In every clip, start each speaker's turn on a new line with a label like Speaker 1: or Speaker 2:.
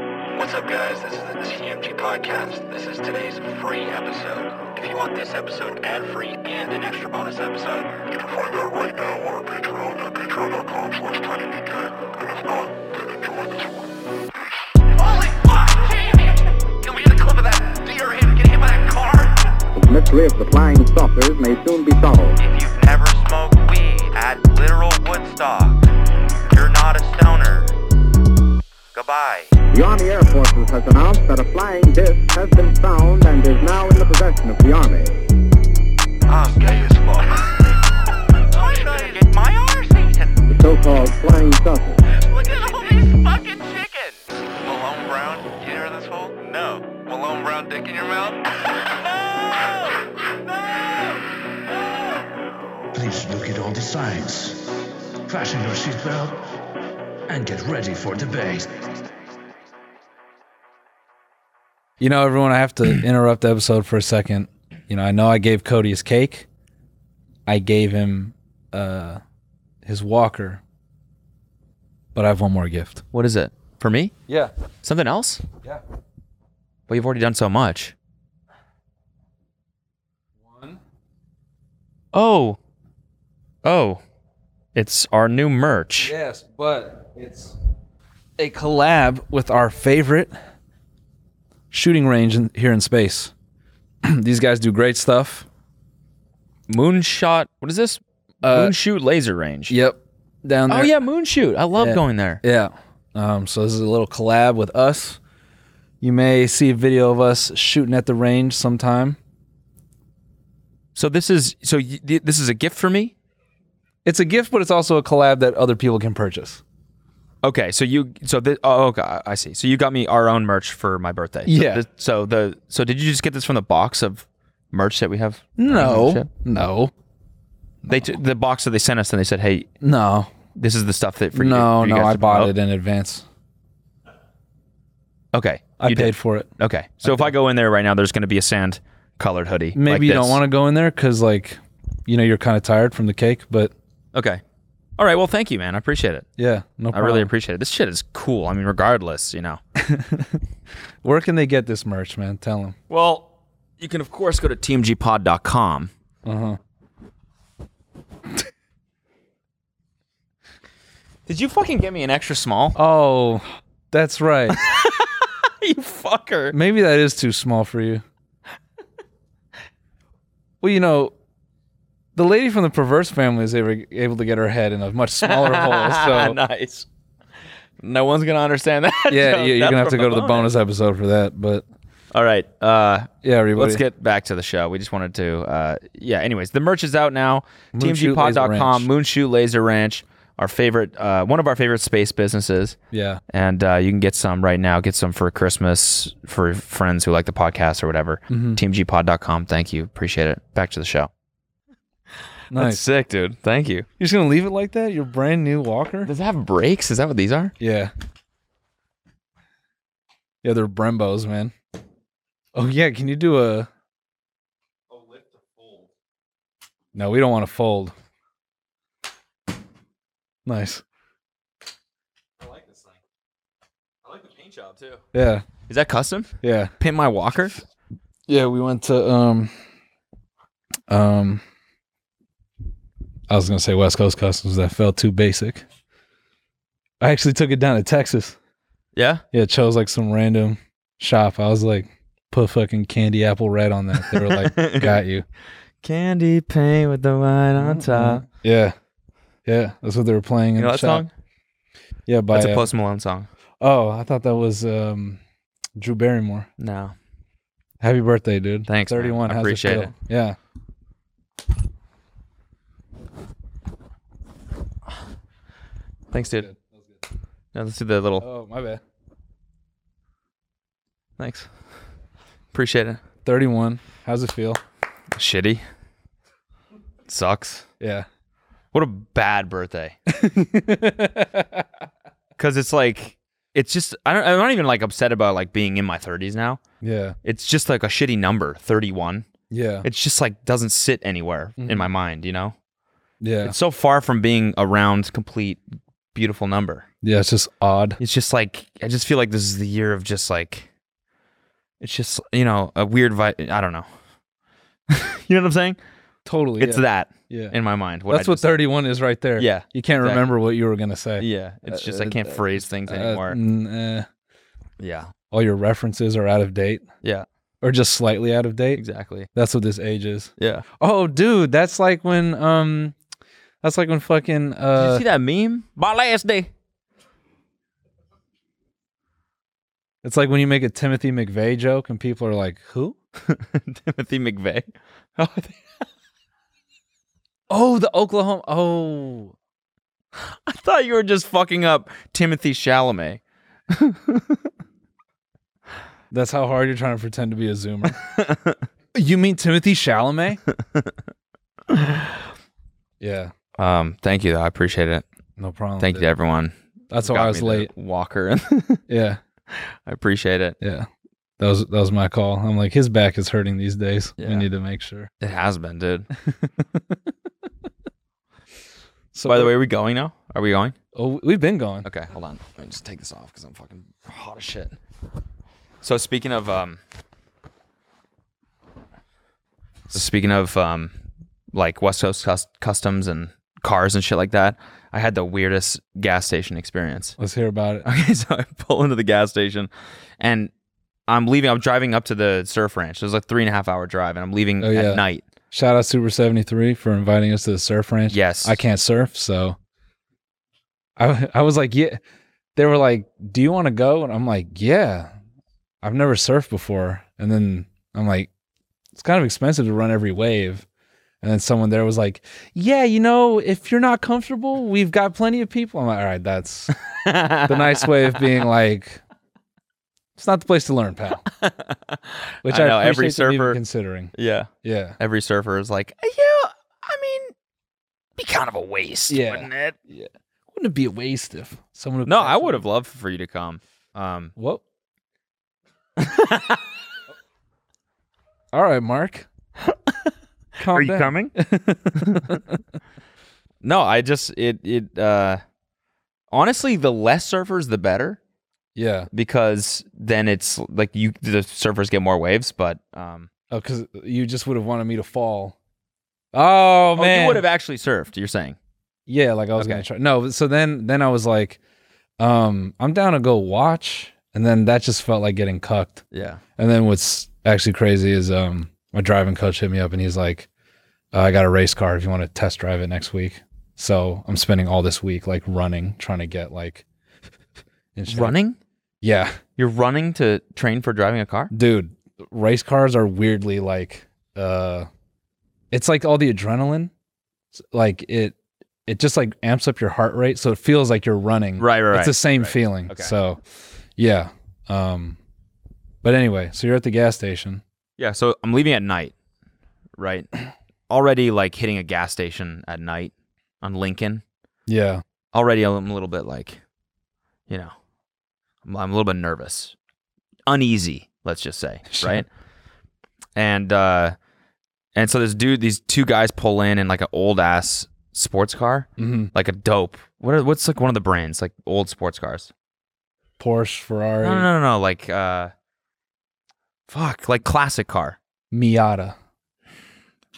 Speaker 1: up, guys? This is the CMG Podcast. This is today's free episode. If you want this episode ad-free and an extra bonus episode, you can find that right now on our Patreon at patreon.com slash tinydk. And if not, then enjoy this one. Holy fuck, Jamie! Can we get a clip of that deer him getting hit by that car?
Speaker 2: The mystery of the flying saucers may soon be solved.
Speaker 3: If you've never smoked weed at literal Woodstock, you're not a stoner. Goodbye.
Speaker 2: The Army Air Forces has announced that a flying disc has been found and is now in the possession of the Army.
Speaker 3: I'm gay as fuck. I'm trying to get my arse eaten.
Speaker 2: The so-called flying saucer.
Speaker 3: Look at all these fucking chickens. Malone Brown, you hear this hole? No. Malone Brown dick in your mouth? no! No!
Speaker 4: Please look at all the signs. Fasten your seatbelt and get ready for debate.
Speaker 5: You know, everyone, I have to interrupt the episode for a second. You know, I know I gave Cody his cake. I gave him uh his walker. But I have one more gift.
Speaker 6: What is it? For me?
Speaker 5: Yeah.
Speaker 6: Something else?
Speaker 5: Yeah.
Speaker 6: Well, you've already done so much. Oh. Oh. It's our new merch.
Speaker 5: Yes, but it's a collab with our favorite shooting range in, here in space. These guys do great stuff.
Speaker 6: Moonshot. What is this? Moonshoot laser range.
Speaker 5: Uh, Yep. Down there.
Speaker 6: Oh yeah, Moonshoot. I love
Speaker 5: Yeah.
Speaker 6: going there.
Speaker 5: Yeah. Um, so this is a little collab with us. You may see a video of us shooting at the range sometime.
Speaker 6: So this is so y- th- this is a gift for me.
Speaker 5: It's a gift, but it's also a collab that other people can purchase.
Speaker 6: Okay, so you so the oh okay, I- I see. So you got me our own merch for my birthday. So
Speaker 5: Yeah.
Speaker 6: the- so the so did you just get this from the box of merch that we have?
Speaker 5: No, no,
Speaker 6: They t- the box that they sent us and they said, "Hey,
Speaker 5: no,
Speaker 6: this is the stuff that for you."
Speaker 5: no,
Speaker 6: for you
Speaker 5: no.
Speaker 6: guys
Speaker 5: I
Speaker 6: to
Speaker 5: bought
Speaker 6: promote."
Speaker 5: it in advance.
Speaker 6: Okay,
Speaker 5: I
Speaker 6: you
Speaker 5: paid
Speaker 6: did.
Speaker 5: for it.
Speaker 6: Okay, so if I go in there right now, there's going to be a sand colored hoodie.
Speaker 5: Maybe you don't want to go in there because, like, you know, you're kind of tired from the cake. But
Speaker 6: to. Okay, all right. Well, thank you, man. I appreciate it.
Speaker 5: yeah, no
Speaker 6: I
Speaker 5: problem.
Speaker 6: really appreciate it. This shit is cool. I mean, regardless, you know.
Speaker 5: Where can they get this merch, man? Tell them.
Speaker 6: Well, you can of course go to tmgpod.com.
Speaker 5: Uh huh.
Speaker 6: Did you fucking get me an extra small?
Speaker 5: Oh, that's right.
Speaker 6: you fucker.
Speaker 5: Maybe that is too small for you. Well, you know, the lady from the perverse family is able, able to get her head in a much smaller hole. So
Speaker 6: nice. No one's gonna understand that.
Speaker 5: yeah,
Speaker 6: joke.
Speaker 5: you- you're
Speaker 6: That's
Speaker 5: gonna have to
Speaker 6: from
Speaker 5: go to the
Speaker 6: Malone.
Speaker 5: bonus episode for that. But
Speaker 6: All right. Uh,
Speaker 5: yeah, everybody,
Speaker 6: let's get back to the show. We just wanted to. Uh, yeah. Anyways, the merch is out now.
Speaker 5: Moonshoot Laser Ranch.
Speaker 6: TMGpod.com. Moonshoot Laser Ranch. Our favorite, uh, one of our favorite space businesses.
Speaker 5: yeah,
Speaker 6: And uh, you can get some right now. Get some for Christmas for friends who like the podcast or whatever.
Speaker 5: Hmm. mm-hmm,
Speaker 6: TeamGpod.com. Thank you. Appreciate it. Back to the show. That's
Speaker 5: nice.
Speaker 6: sick, dude. Thank you.
Speaker 5: You're just gonna leave it like that? Your brand new walker?
Speaker 6: Does it have brakes? Is that what these are?
Speaker 5: Yeah. Yeah, they're Brembos, man. Oh yeah, can you do a? No, we don't want to fold. Nice.
Speaker 6: I like this thing. I like the paint job too.
Speaker 5: Yeah,
Speaker 6: Is that custom?
Speaker 5: yeah,
Speaker 6: Pimp my walker?
Speaker 5: yeah. We went to um, um. I was gonna say West Coast Customs. That felt too basic. I actually took it down to Texas.
Speaker 6: Yeah.
Speaker 5: Yeah, it chose like some random shop. I was like, put fucking candy apple red on that. They were like, got you.
Speaker 6: Candy paint with the wine on top.
Speaker 5: Yeah. Yeah. That's what they were playing
Speaker 6: Mm-hmm. You
Speaker 5: in the shop.
Speaker 6: know that song?
Speaker 5: Yeah, by
Speaker 6: That's a
Speaker 5: uh,
Speaker 6: Post Malone song.
Speaker 5: Oh, I thought that was um Drew Barrymore.
Speaker 6: No.
Speaker 5: Happy birthday, dude.
Speaker 6: Thanks, man.
Speaker 5: 31.
Speaker 6: I
Speaker 5: How's
Speaker 6: appreciate
Speaker 5: it feel?
Speaker 6: it.
Speaker 5: Yeah.
Speaker 6: Thanks, dude. Now let's do the little.
Speaker 5: Oh, my bad.
Speaker 6: Thanks. Appreciate it.
Speaker 5: 31. How's it feel?
Speaker 6: Shitty. Sucks.
Speaker 5: Yeah.
Speaker 6: What a bad birthday. Cause it's like it's just I don't I'm not even like upset about like being in my 30s now.
Speaker 5: Yeah.
Speaker 6: It's just like a shitty number, 31.
Speaker 5: Yeah. Mm-hmm.
Speaker 6: It's just like doesn't sit anywhere in my mind, you know?
Speaker 5: Yeah.
Speaker 6: It's so far from being around complete beautiful number.
Speaker 5: Yeah, it's just odd.
Speaker 6: It's just like I just feel like this is the year of just like it's just you know a weird vibe. I don't know. you know what I'm saying?
Speaker 5: Totally.
Speaker 6: It's
Speaker 5: yeah.
Speaker 6: that
Speaker 5: Yeah.
Speaker 6: in my mind. What I
Speaker 5: That's what
Speaker 6: just said.
Speaker 5: 31 is right there.
Speaker 6: Yeah,
Speaker 5: You can't
Speaker 6: exactly.
Speaker 5: remember what you were going to say.
Speaker 6: Yeah, it's just I
Speaker 5: Uh,
Speaker 6: can't
Speaker 5: uh,
Speaker 6: phrase things
Speaker 5: Uh,
Speaker 6: anymore.
Speaker 5: mm, eh.
Speaker 6: yeah,
Speaker 5: all your references are out of date
Speaker 6: yeah,
Speaker 5: or just slightly out of date.
Speaker 6: exactly.
Speaker 5: That's what this age is.
Speaker 6: Yeah.
Speaker 5: Oh, dude, that's like when um, that's like when fucking
Speaker 6: Did you
Speaker 5: uh,
Speaker 6: see that meme? My last day.
Speaker 5: it's like when you make a Timothy McVeigh joke and people are like, "Who?"
Speaker 6: Timothy McVeigh. Oh, I think-
Speaker 5: Oh, the Oklahoma. Oh,
Speaker 6: I thought you were just fucking up Timothy Chalamet.
Speaker 5: that's how hard you're trying to pretend to be a Zoomer. you mean Timothy Chalamet? yeah,
Speaker 6: Um, thank you. though. I appreciate it.
Speaker 5: no problem.
Speaker 6: Thank you to everyone.
Speaker 5: That's why
Speaker 6: Got
Speaker 5: I
Speaker 6: me
Speaker 5: was
Speaker 6: the
Speaker 5: late.
Speaker 6: Walker.
Speaker 5: Yeah,
Speaker 6: I appreciate it.
Speaker 5: yeah. That was that was my call. I'm like, his back is hurting these days. We
Speaker 6: Yeah.
Speaker 5: need to make sure.
Speaker 6: It has been, dude.
Speaker 5: So
Speaker 6: By the way, are we going now? Are we going?
Speaker 5: oh, we've been going.
Speaker 6: Okay, hold on. Let me just take this off because I'm fucking hot as shit. So speaking of um, so speaking of um, like West Coast cus- customs and cars and shit like that, I had the weirdest gas station experience.
Speaker 5: Let's hear about it.
Speaker 6: Okay, so I pull into the gas station and I'm leaving. I'm driving up to the surf ranch. It was like three and a half hour drive, and I'm leaving
Speaker 5: Oh, yeah.
Speaker 6: at night.
Speaker 5: Shout out Super 73 for inviting us to the surf ranch.
Speaker 6: Yes.
Speaker 5: I can't surf, so I I was like, yeah. They were like, "Do you want to go?" And I'm like, "Yeah. I've never surfed before." And then I'm like, "It's kind of expensive to run every wave." And then someone there was like, "Yeah, you know, if you're not comfortable, we've got plenty of people." I'm like, "All right, that's the nice way of being like it's not the place to learn, pal." Which I,
Speaker 6: I know, every
Speaker 5: appreciate them even
Speaker 6: surfer-
Speaker 5: considering.
Speaker 6: Yeah.
Speaker 5: Yeah.
Speaker 6: Every surfer is like, yeah, I mean, be kind of a waste,
Speaker 5: Yeah.
Speaker 6: wouldn't it?
Speaker 5: Wouldn't it be a waste if someone? who
Speaker 6: No, I
Speaker 5: crashed-
Speaker 6: would have loved for you to come. Um,
Speaker 5: Whoa. All right, Mark. Calm down.
Speaker 6: coming? no, I just it it uh honestly the less surfers the better
Speaker 5: Yeah.
Speaker 6: because then it's like you the surfers get more waves, but um
Speaker 5: Oh, because you just would have wanted me to fall. Oh
Speaker 6: oh,
Speaker 5: man.
Speaker 6: you would have actually surfed, you're saying.
Speaker 5: Yeah, like I was gonna try. No, but- so then then I was like, um, I'm down to go watch, and then that just felt like getting cucked.
Speaker 6: Yeah.
Speaker 5: And then what's actually crazy is um my driving coach hit me up and he's like, uh, I got a race car if you want to test drive it next week. So I'm spending all this week like running, trying to get like and shit.
Speaker 6: Running?
Speaker 5: Yeah,
Speaker 6: You're running to train for driving a car?
Speaker 5: dude, race cars are weirdly like uh, it's like all the adrenaline, It's like it it just like amps up your heart rate, so it feels like you're running.
Speaker 6: Right, right,
Speaker 5: It's the
Speaker 6: right,
Speaker 5: same
Speaker 6: right.
Speaker 5: feeling.
Speaker 6: Okay.
Speaker 5: So, yeah. Um, but anyway, so you're at the gas station.
Speaker 6: Yeah, so I'm leaving at night, right? Already like hitting a gas station at night on Lincoln.
Speaker 5: Yeah.
Speaker 6: Already I'm a little bit like, you know, I'm, I'm a little bit nervous, uneasy, let's just say,
Speaker 5: Sure.
Speaker 6: right? And uh and so this dude, these two guys pull in in like an old ass sports car,
Speaker 5: hmm
Speaker 6: like a dope. What are, what's like one of the brands, like old sports cars?
Speaker 5: Porsche, Ferrari,
Speaker 6: No, no, no, no, no, like uh fuck, like classic car,
Speaker 5: Miata,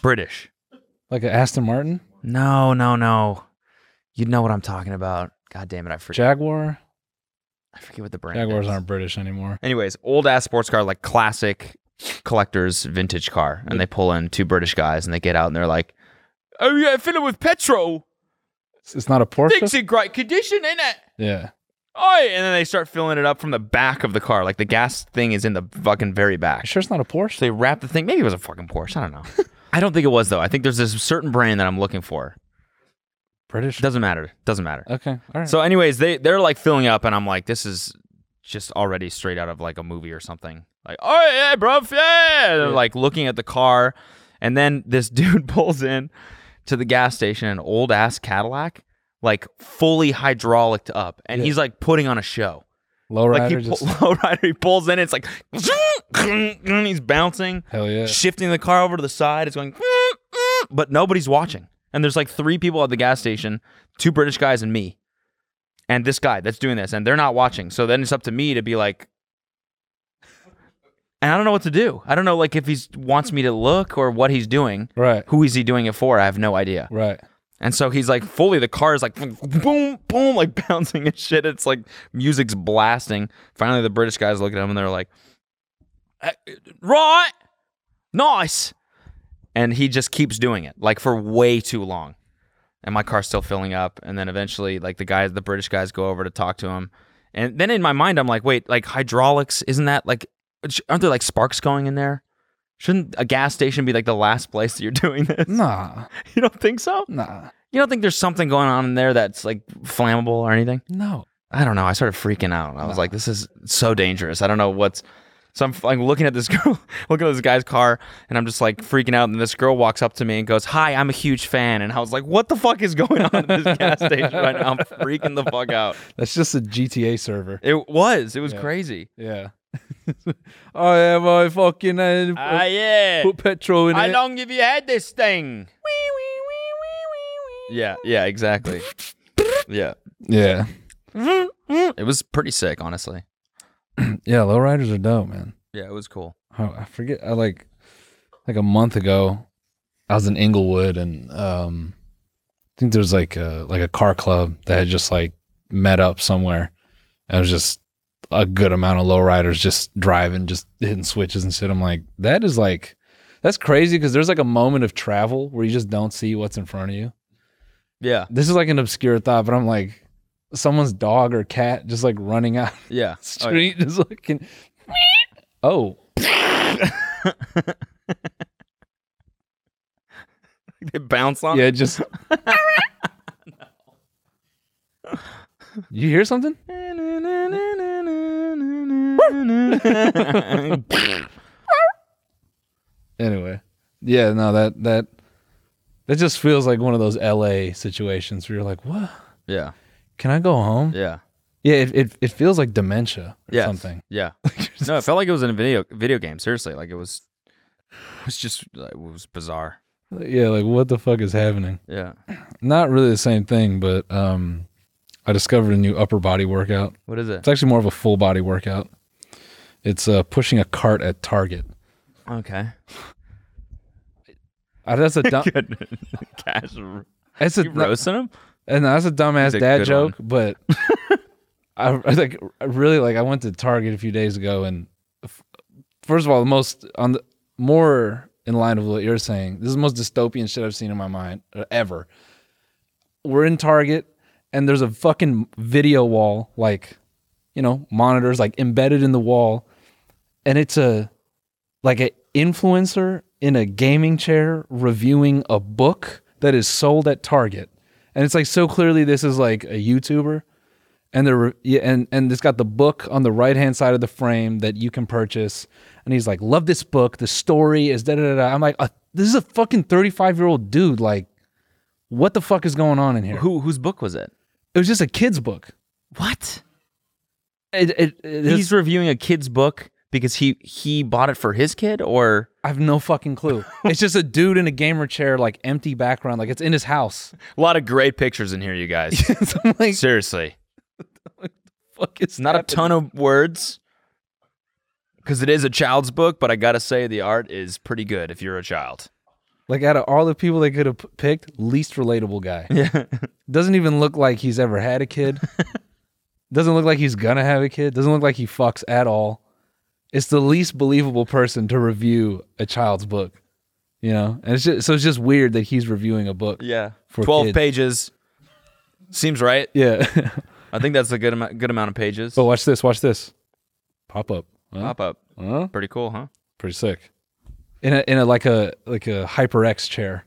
Speaker 6: British.
Speaker 5: like an Aston Martin,
Speaker 6: No, no, no. You know what I'm talking about. God damn it, I forget.
Speaker 5: Jaguar.
Speaker 6: I forget what the brand.
Speaker 5: Jaguars
Speaker 6: is.
Speaker 5: aren't British anymore.
Speaker 6: Anyways, old ass sports car, like classic collector's vintage car, and they pull in two British guys, and they get out, and they're like, "Oh yeah, fill it with petrol.
Speaker 5: It's, it's not a Porsche.
Speaker 6: Thing's in great condition, ain't it?"
Speaker 5: Yeah.
Speaker 6: Oh, and then they start filling it up from the back of the car. Like the gas thing is in the fucking very
Speaker 5: You
Speaker 6: back.
Speaker 5: sure it's not a Porsche?
Speaker 6: So they wrap the thing. Maybe it was a fucking Porsche. I don't know. I don't think it was though. I think there's this certain brand that I'm looking for.
Speaker 5: British.
Speaker 6: Doesn't matter. Doesn't matter.
Speaker 5: Okay. All right.
Speaker 6: So, anyways, they they're like filling up, and I'm like, this is just already straight out of like a movie or something. Like, oh yeah, bro, yeah.
Speaker 5: Yeah.
Speaker 6: They're like looking at the car, and then this dude pulls in to the gas station, an old ass Cadillac, like fully hydraulicked up, and
Speaker 5: Yeah.
Speaker 6: he's like putting on a show. like
Speaker 5: Lowrider.
Speaker 6: he pull,
Speaker 5: Just,
Speaker 6: lowrider, he pulls in, it's like he's bouncing,
Speaker 5: hell yeah.
Speaker 6: shifting the car over to the side. It's going, but nobody's watching. And there's like three people at the gas station, two British guys and me. and this guy that's doing this, and they're not watching. So then it's up to me to be like, and I don't know what to do. I don't know like if he wants me to look or what he's doing.
Speaker 5: Right.
Speaker 6: Who is he doing it for? I have no idea.
Speaker 5: Right.
Speaker 6: And so he's like, fully the car is like, boom, boom, like bouncing and shit. It's like music's blasting. Finally, the British guys look at him and they're like, "Eh, right, nice. And he just keeps doing it like for way too long. And my car's still filling up. And then eventually, like the guys, the British guys go over to talk to him. And then in my mind, I'm like, wait, like hydraulics, isn't that like, aren't there like sparks going in there? Shouldn't a gas station be like the last place that you're doing this?
Speaker 5: Nah.
Speaker 6: You don't think so?
Speaker 5: Nah.
Speaker 6: You don't think there's something going on in there that's like flammable or anything?
Speaker 5: No.
Speaker 6: I don't know. I started freaking out. I was like, this is so dangerous. I don't know what's. So I'm like looking at this girl, looking at this guy's car, and I'm just like freaking out. And this girl walks up to me and goes, "Hi, I'm a huge fan." And I was like, "What the fuck is going on at this gas station right now?" I'm freaking the fuck out.
Speaker 5: That's just a GTA server.
Speaker 6: It was. It was
Speaker 5: Yeah.
Speaker 6: crazy.
Speaker 5: Yeah. I am a fucking uh,
Speaker 6: Ah, yeah.
Speaker 5: put petrol in
Speaker 6: How
Speaker 5: it.
Speaker 6: long have you had this thing? Yeah. Yeah. Exactly. yeah.
Speaker 5: Yeah.
Speaker 6: It was pretty sick, honestly.
Speaker 5: Yeah, lowriders are dope, man.
Speaker 6: Yeah, it was cool.
Speaker 5: Oh, I forget. I like like a month ago, I was in Inglewood, and um, I think there was like a like a car club that had just like met up somewhere. And it was just a good amount of lowriders just driving, just hitting switches and shit. I'm like, that is like that's crazy because there's like a moment of travel where you just don't see what's in front of you.
Speaker 6: Yeah,
Speaker 5: This is like an obscure thought, but I'm like, someone's dog or cat just like running out
Speaker 6: yeah. Oh, yeah.
Speaker 5: street just looking. Oh,
Speaker 6: They bounce on.
Speaker 5: yeah, just. You hear something? Anyway, yeah, no, that that that just feels like one of those LA situations where you're like, "What?
Speaker 6: yeah,
Speaker 5: Can I go home?" Yeah,
Speaker 6: yeah,
Speaker 5: it, it it feels like dementia or
Speaker 6: Yes.
Speaker 5: something.
Speaker 6: yeah. No, it felt like it was in a video video game. Seriously, like it was. It was just like, it was bizarre.
Speaker 5: Yeah, like what the fuck is happening?
Speaker 6: Yeah.
Speaker 5: Not really the same thing, but um, I discovered a new upper body workout.
Speaker 6: What is it?
Speaker 5: It's actually more of a full body workout. It's uh, pushing a cart at Target.
Speaker 6: Okay.
Speaker 5: Uh, that's a dumb.
Speaker 6: Good. Cash you
Speaker 5: That's a
Speaker 6: roasting him.
Speaker 5: and that's a dumbass
Speaker 6: He's a
Speaker 5: dad
Speaker 6: good
Speaker 5: joke, but I, I like I really like I went to Target a few days ago, and f- first of all, the most on the more in line of what you're saying. This is the most dystopian shit I've seen in my mind uh, ever. We're in Target, and there's a fucking video wall, like you know, monitors like embedded in the wall, and it's a like an influencer in a gaming chair reviewing a book that is sold at Target, and it's like so clearly this is like a YouTuber, and they're re- yeah, and and it's got the book on the right hand side of the frame that you can purchase, and he's like, love this book. The story is da da da. da." I'm like, uh, this is a fucking 35 year old dude. Like, what the fuck is going on in here?
Speaker 6: Who whose book was it?
Speaker 5: It was just a kid's book.
Speaker 6: What?
Speaker 5: It, it, it-
Speaker 6: He's reviewing a kid's book because he he bought it for his kid or
Speaker 5: I have no fucking clue. it's just a dude in a gamer chair, like empty background, like it's in his house.
Speaker 6: a lot of great pictures in here, you guys.
Speaker 5: so I'm like,
Speaker 6: Seriously.
Speaker 5: fuck, it's
Speaker 6: not a ton of words because it is a child's book but i gotta say the art is pretty good if you're a child
Speaker 5: Like out of all the people they could have p- picked, least relatable guy.
Speaker 6: yeah
Speaker 5: Doesn't even look like he's ever had a kid. Doesn't look like he's gonna have a kid. Doesn't look like he fucks at all. It's the least believable person to review a child's book. You know? And it's just, so it's just weird that he's reviewing a book.
Speaker 6: yeah
Speaker 5: For
Speaker 6: 12
Speaker 5: kids.
Speaker 6: pages seems right
Speaker 5: Yeah.
Speaker 6: i think that's a good amount good amount of pages
Speaker 5: but watch this, watch this. Pop up. Huh?
Speaker 6: pop up
Speaker 5: Huh?
Speaker 6: pretty cool huh
Speaker 5: Pretty sick. In a in a like a like a HyperX chair.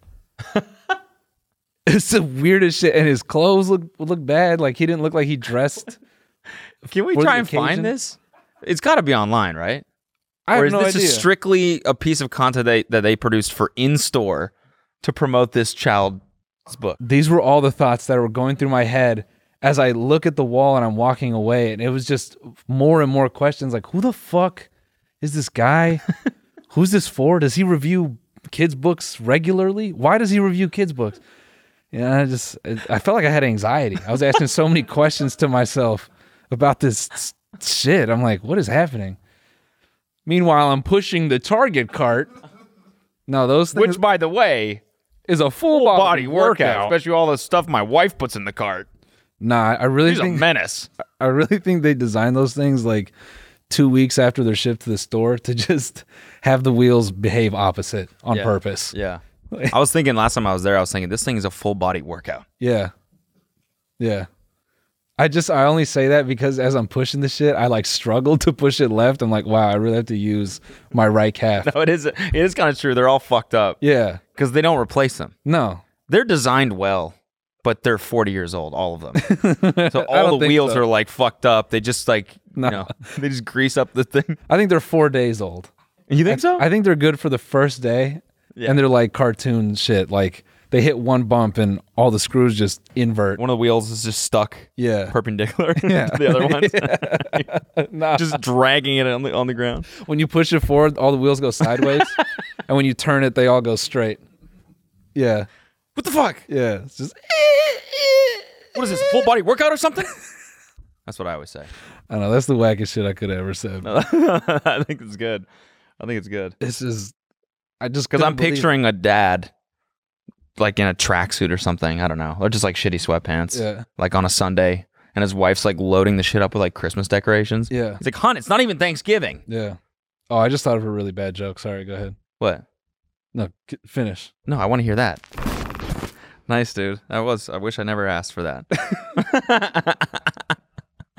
Speaker 5: it's the weirdest shit. And his clothes look look bad. Like he didn't look like he dressed.
Speaker 6: can we
Speaker 5: For
Speaker 6: try
Speaker 5: the
Speaker 6: and
Speaker 5: occasion?
Speaker 6: find this it's gotta be online right
Speaker 5: I
Speaker 6: or
Speaker 5: have
Speaker 6: is
Speaker 5: no
Speaker 6: this
Speaker 5: idea.
Speaker 6: Is strictly a piece of content they, that they produced for in-store to promote this child's book
Speaker 5: These were all the thoughts that were going through my head as I look at the wall and I'm walking away, and it was just more and more questions like, who the fuck is this guy? Who's this for? Does he review kids' books regularly? Why does he review kids' books? Yeah, I just it, I felt like I had anxiety. I was asking so many questions to myself about this s- shit. I'm like, what is happening? Meanwhile, I'm pushing the Target cart. No, those things
Speaker 6: Which, by the way,
Speaker 5: is a full
Speaker 6: body workout, especially all the stuff my wife puts in the cart.
Speaker 5: Nah, I really
Speaker 6: She's a
Speaker 5: think
Speaker 6: menace.
Speaker 5: I really think they designed those things like two weeks after they're shipped to the store to just have the wheels behave opposite on purpose.
Speaker 6: Yeah. I was thinking last time I was there, I was thinking this thing is a full body workout.
Speaker 5: Yeah. Yeah. I just I only say that because as I'm pushing the shit, I like struggle to push it left. I'm like, wow, I really have to use my right calf.
Speaker 6: No, it is. It is kind of true. They're all fucked up
Speaker 5: Yeah.
Speaker 6: because they don't replace them.
Speaker 5: No.
Speaker 6: They're designed well, but they're 40 years old, all of them. so
Speaker 5: don't
Speaker 6: all the
Speaker 5: think
Speaker 6: wheels
Speaker 5: so.
Speaker 6: are like fucked up. They just like
Speaker 5: No.
Speaker 6: you know they just grease up the thing.
Speaker 5: I think they're four days old.
Speaker 6: You think so?
Speaker 5: I think they're good for the first day. And they're like cartoon shit. Like they hit one bump and all the screws just invert.
Speaker 6: One of the wheels is just stuck.
Speaker 5: Yeah.
Speaker 6: Perpendicular to the other ones. Just dragging it on the on the ground.
Speaker 5: When you push it forward, all the wheels go sideways. and when you turn it, they all go straight. Yeah.
Speaker 6: What the fuck?
Speaker 5: Yeah. It's just
Speaker 6: What is this? Full body workout or something? That's what I always say.
Speaker 5: I don't know. That's the wackest shit I could ever said.
Speaker 6: I think it's good. I think it's good.
Speaker 5: This is I just
Speaker 6: Because I'm
Speaker 5: couldn't believe-
Speaker 6: picturing a dad like in a tracksuit or something. I don't know. Or just like shitty sweatpants.
Speaker 5: Yeah.
Speaker 6: Like on a Sunday. And his wife's like loading the shit up with like Christmas decorations.
Speaker 5: Yeah.
Speaker 6: He's like, hun, it's not even Thanksgiving.
Speaker 5: Yeah. Oh, I just thought of a really bad joke. Sorry, go ahead.
Speaker 6: What?
Speaker 5: No, c- finish.
Speaker 6: No, I want to hear that. Nice, dude. I was. I wish I never asked for that.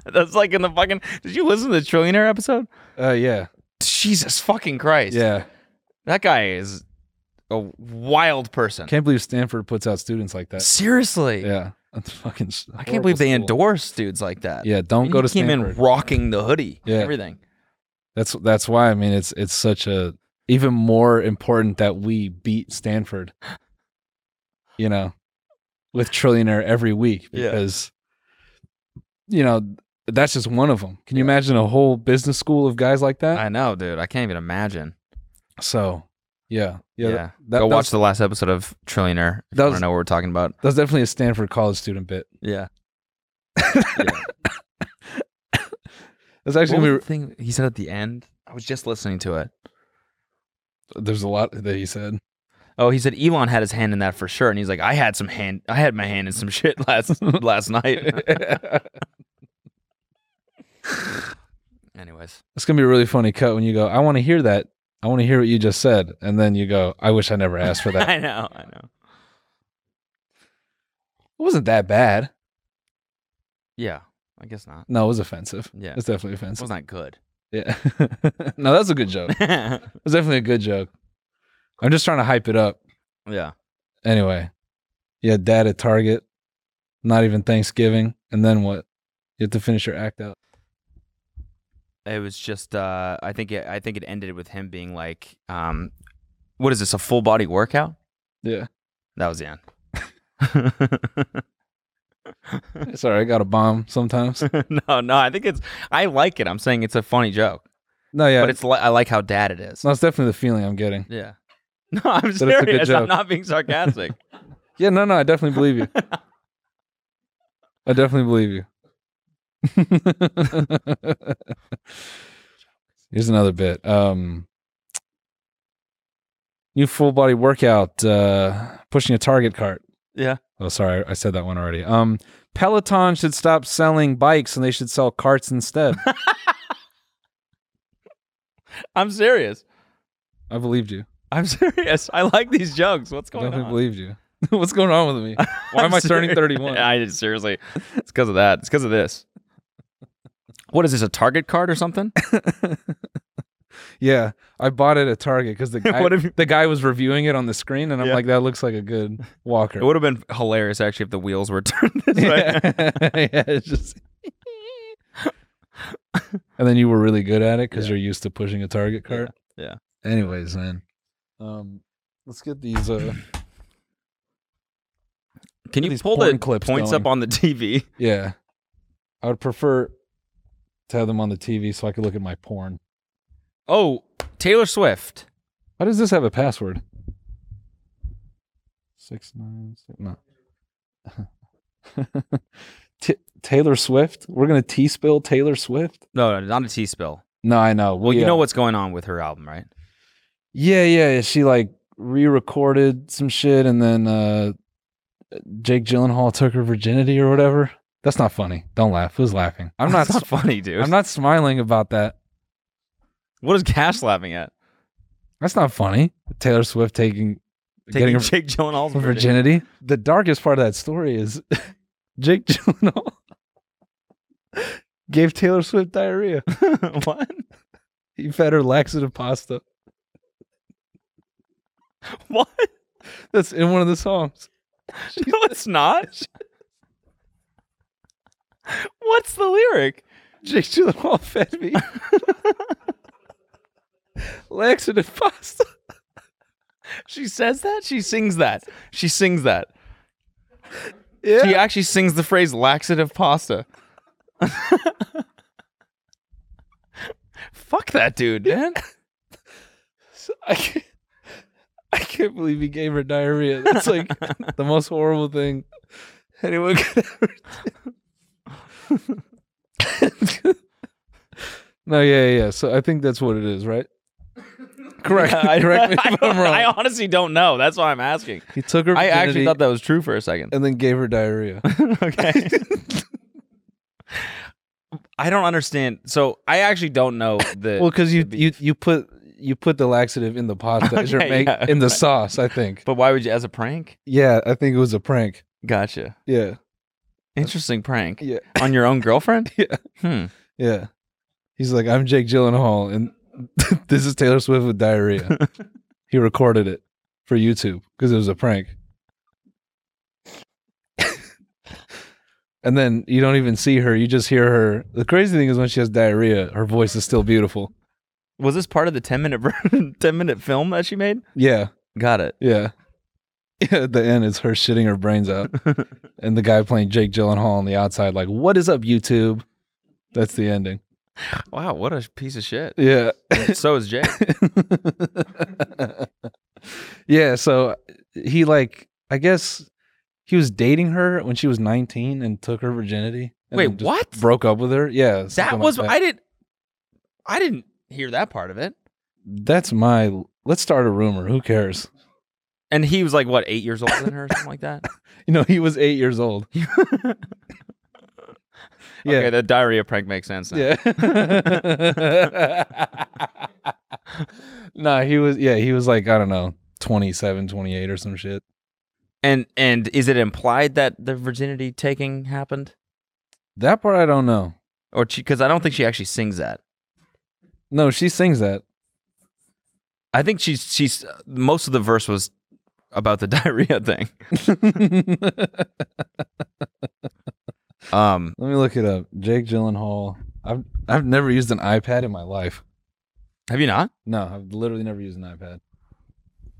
Speaker 6: That's like in the fucking. Did you listen to the Trillionaire episode?
Speaker 5: Uh, yeah,
Speaker 6: Jesus fucking Christ.
Speaker 5: yeah.
Speaker 6: That guy is a wild person.
Speaker 5: Can't believe Stanford puts out students like that.
Speaker 6: Seriously.
Speaker 5: Yeah, that's fucking. s-
Speaker 6: I can't believe they
Speaker 5: horrible school.
Speaker 6: endorse dudes like that.
Speaker 5: Yeah, don't
Speaker 6: And
Speaker 5: go
Speaker 6: he
Speaker 5: to
Speaker 6: came
Speaker 5: Stanford.
Speaker 6: in rocking the hoodie.
Speaker 5: Yeah.
Speaker 6: Everything.
Speaker 5: That's that's why. I mean, it's it's such a even more important that we beat Stanford. You know, with trillionaire every week
Speaker 6: Yeah.
Speaker 5: because, you know, that's just one of them. Can you imagine a whole business school of guys like that?
Speaker 6: I know, dude. I can't even imagine.
Speaker 5: So, yeah, yeah.
Speaker 6: Yeah.
Speaker 5: th- That,
Speaker 6: go
Speaker 5: that
Speaker 6: watch
Speaker 5: was,
Speaker 6: the last episode of Trillionaire. If
Speaker 5: That
Speaker 6: you
Speaker 5: was-
Speaker 6: want to know what we're talking about.
Speaker 5: that was definitely a Stanford college student bit.
Speaker 6: Yeah.
Speaker 5: That's actually gonna be-
Speaker 6: thing he said at the end? I was just listening to it.
Speaker 5: there's a lot that he said.
Speaker 6: Oh, he said Elon had his hand in that for sure, and he's like, I had some hand, I had my hand in some shit last last night. Anyways,
Speaker 5: It's gonna be a really funny cut when you go. I want to hear that. I want to hear what you just said, and then you go. I wish I never asked for that. it
Speaker 6: I know, I know.
Speaker 5: wasn't that bad.
Speaker 6: Yeah, I guess not.
Speaker 5: No, it was offensive.
Speaker 6: Yeah.
Speaker 5: it's definitely
Speaker 6: It
Speaker 5: offensive.
Speaker 6: was not good.
Speaker 5: Yeah. no, that's a good joke. It
Speaker 6: yeah,
Speaker 5: was definitely a good joke. I'm just trying to hype it up. Anyway, yeah, dad at Target. Not even Thanksgiving, and then what? You have to finish your act out.
Speaker 6: it was just. Uh, I think it, I think it ended with him being like, um, "What is this? A full body workout?"
Speaker 5: Yeah.
Speaker 6: That was the end.
Speaker 5: Sorry, I got a bomb sometimes.
Speaker 6: no, no, I think it's. I like it. I'm saying it's a funny joke,
Speaker 5: No, yeah,
Speaker 6: but it's. Li- I like how dad it is.
Speaker 5: no, it's definitely the feeling I'm getting.
Speaker 6: Yeah. No, I'm
Speaker 5: a good
Speaker 6: serious. I'm
Speaker 5: joke.
Speaker 6: not being sarcastic.
Speaker 5: Yeah, no, no, I definitely believe you. I definitely believe you. Here's another bit. Um, new full body workout, uh, pushing a Target cart.
Speaker 6: yeah.
Speaker 5: Oh, sorry, I said that one already. Um, Peloton should stop selling bikes and they should sell carts instead.
Speaker 6: I'm serious.
Speaker 5: I believed you.
Speaker 6: I'm serious. I like these jokes. What's
Speaker 5: I
Speaker 6: going
Speaker 5: definitely
Speaker 6: on?
Speaker 5: believed you. What's going on with me? Why am I turning 31?
Speaker 6: I did seriously. It's because of that. It's because of this. What is this? A Target card or something?
Speaker 5: Yeah, I bought it at Target because the guy
Speaker 6: What if you-
Speaker 5: the guy was reviewing it on the screen, and I'm
Speaker 6: Yeah.
Speaker 5: like, that looks like a good walker.
Speaker 6: It would have been hilarious actually if the wheels were turned this way.
Speaker 5: yeah. Yeah, it's just. and then you were really good at it because you're used to pushing a Target cart.
Speaker 6: Yeah,
Speaker 5: Anyways, man, um, let's get these. Uh,
Speaker 6: Can you
Speaker 5: These
Speaker 6: pull the
Speaker 5: porn clips
Speaker 6: points
Speaker 5: going.
Speaker 6: up on the TV?
Speaker 5: yeah, I would prefer to have them on the TV so I could look at my porn.
Speaker 6: Oh, Taylor Swift.
Speaker 5: Why does this have a password? Six nine six no. T- Taylor Swift. We're gonna tea spill Taylor Swift.
Speaker 6: No, no, not a tea spill.
Speaker 5: No, I know.
Speaker 6: Well, you
Speaker 5: yeah.
Speaker 6: know what's going on with her album, right?
Speaker 5: Yeah, yeah. She like re-recorded some shit, and then uh, Jake Gyllenhaal took her virginity or whatever. That's not funny. Don't laugh. Who's laughing? I'm not.
Speaker 6: That's not funny, dude.
Speaker 5: I'm not smiling about that.
Speaker 6: What is Cash laughing at?
Speaker 5: That's not funny. Taylor Swift taking
Speaker 6: Taking
Speaker 5: getting her
Speaker 6: Jake Gyllenhaal's
Speaker 5: virginity.
Speaker 6: virginity.
Speaker 5: The darkest part of that story is Jake Gyllenhaal gave Taylor Swift diarrhea.
Speaker 6: what?
Speaker 5: He fed her laxative pasta.
Speaker 6: What?
Speaker 5: That's in one of the songs.
Speaker 6: No, it's not. What's the lyric?
Speaker 5: Jake Gyllenhaal fed me laxative pasta.
Speaker 6: She says that. She sings that. She sings that.
Speaker 5: Yeah.
Speaker 6: She actually sings the phrase laxative pasta. Fuck that dude, man.
Speaker 5: I can't, I can't believe he gave her diarrhea. That's like the most horrible thing anyone could ever do. no, yeah, yeah. yeah. So I think that's what it is, right? Correct. correct me if I'm wrong.
Speaker 6: I honestly don't know. That's why I'm asking.
Speaker 5: he took her
Speaker 6: I actually
Speaker 5: virginity
Speaker 6: thought that was true for a second.
Speaker 5: and then gave her diarrhea.
Speaker 6: okay. I don't understand. So I actually don't know the.
Speaker 5: well, because you you you put you put the laxative in the pasta as your
Speaker 6: Okay,
Speaker 5: make,
Speaker 6: yeah,
Speaker 5: in the
Speaker 6: right.
Speaker 5: sauce. I think.
Speaker 6: but why would you, as a prank?
Speaker 5: Yeah, I think it was a prank.
Speaker 6: Gotcha.
Speaker 5: Yeah,
Speaker 6: Interesting prank
Speaker 5: yeah,
Speaker 6: on your own girlfriend.
Speaker 5: Yeah.
Speaker 6: Hmm.
Speaker 5: yeah. He's like, I'm Jake Gyllenhaal, and this is Taylor Swift with diarrhea. he recorded it for YouTube because it was a prank. and then you don't even see her; you just hear her. The crazy thing is, when she has diarrhea, her voice is still beautiful.
Speaker 6: Was this part of the ten minute ver- ten minute film that she made?
Speaker 5: Yeah,
Speaker 6: Got it.
Speaker 5: yeah. Yeah, at the end, it's her shitting her brains out. and the guy playing Jake Gyllenhaal on the outside, like, "What is up, YouTube?" That's the ending.
Speaker 6: wow, what a piece of shit.
Speaker 5: Yeah,
Speaker 6: so is Jake.
Speaker 5: yeah. So uh, he like, I guess he was dating her when she was nineteen and took her virginity. and
Speaker 6: Wait,
Speaker 5: then just
Speaker 6: what?
Speaker 5: Broke up with her? Yeah,
Speaker 6: That
Speaker 5: something like
Speaker 6: was I didn't I didn't hear that part of it.
Speaker 5: That's my. Let's start a rumor. Who cares?
Speaker 6: And he was like what eight years older than her, or something like that.
Speaker 5: You know, he was eight years old. Yeah.
Speaker 6: Okay, the diarrhea prank makes sense. Now.
Speaker 5: Yeah. nah, he was. Yeah, he was like I don't know, 27, 28 or some shit.
Speaker 6: And and is it implied that the virginity taking happened,
Speaker 5: That part I don't know.
Speaker 6: or because I don't think she actually sings that.
Speaker 5: No, she sings that.
Speaker 6: I think she's she's most of the verse was about the diarrhea thing.
Speaker 5: Let
Speaker 6: Um,
Speaker 5: me look it up. Jake Gyllenhaal. I've I've never used an iPad in my life.
Speaker 6: have you not?
Speaker 5: No, I've literally never used an iPad.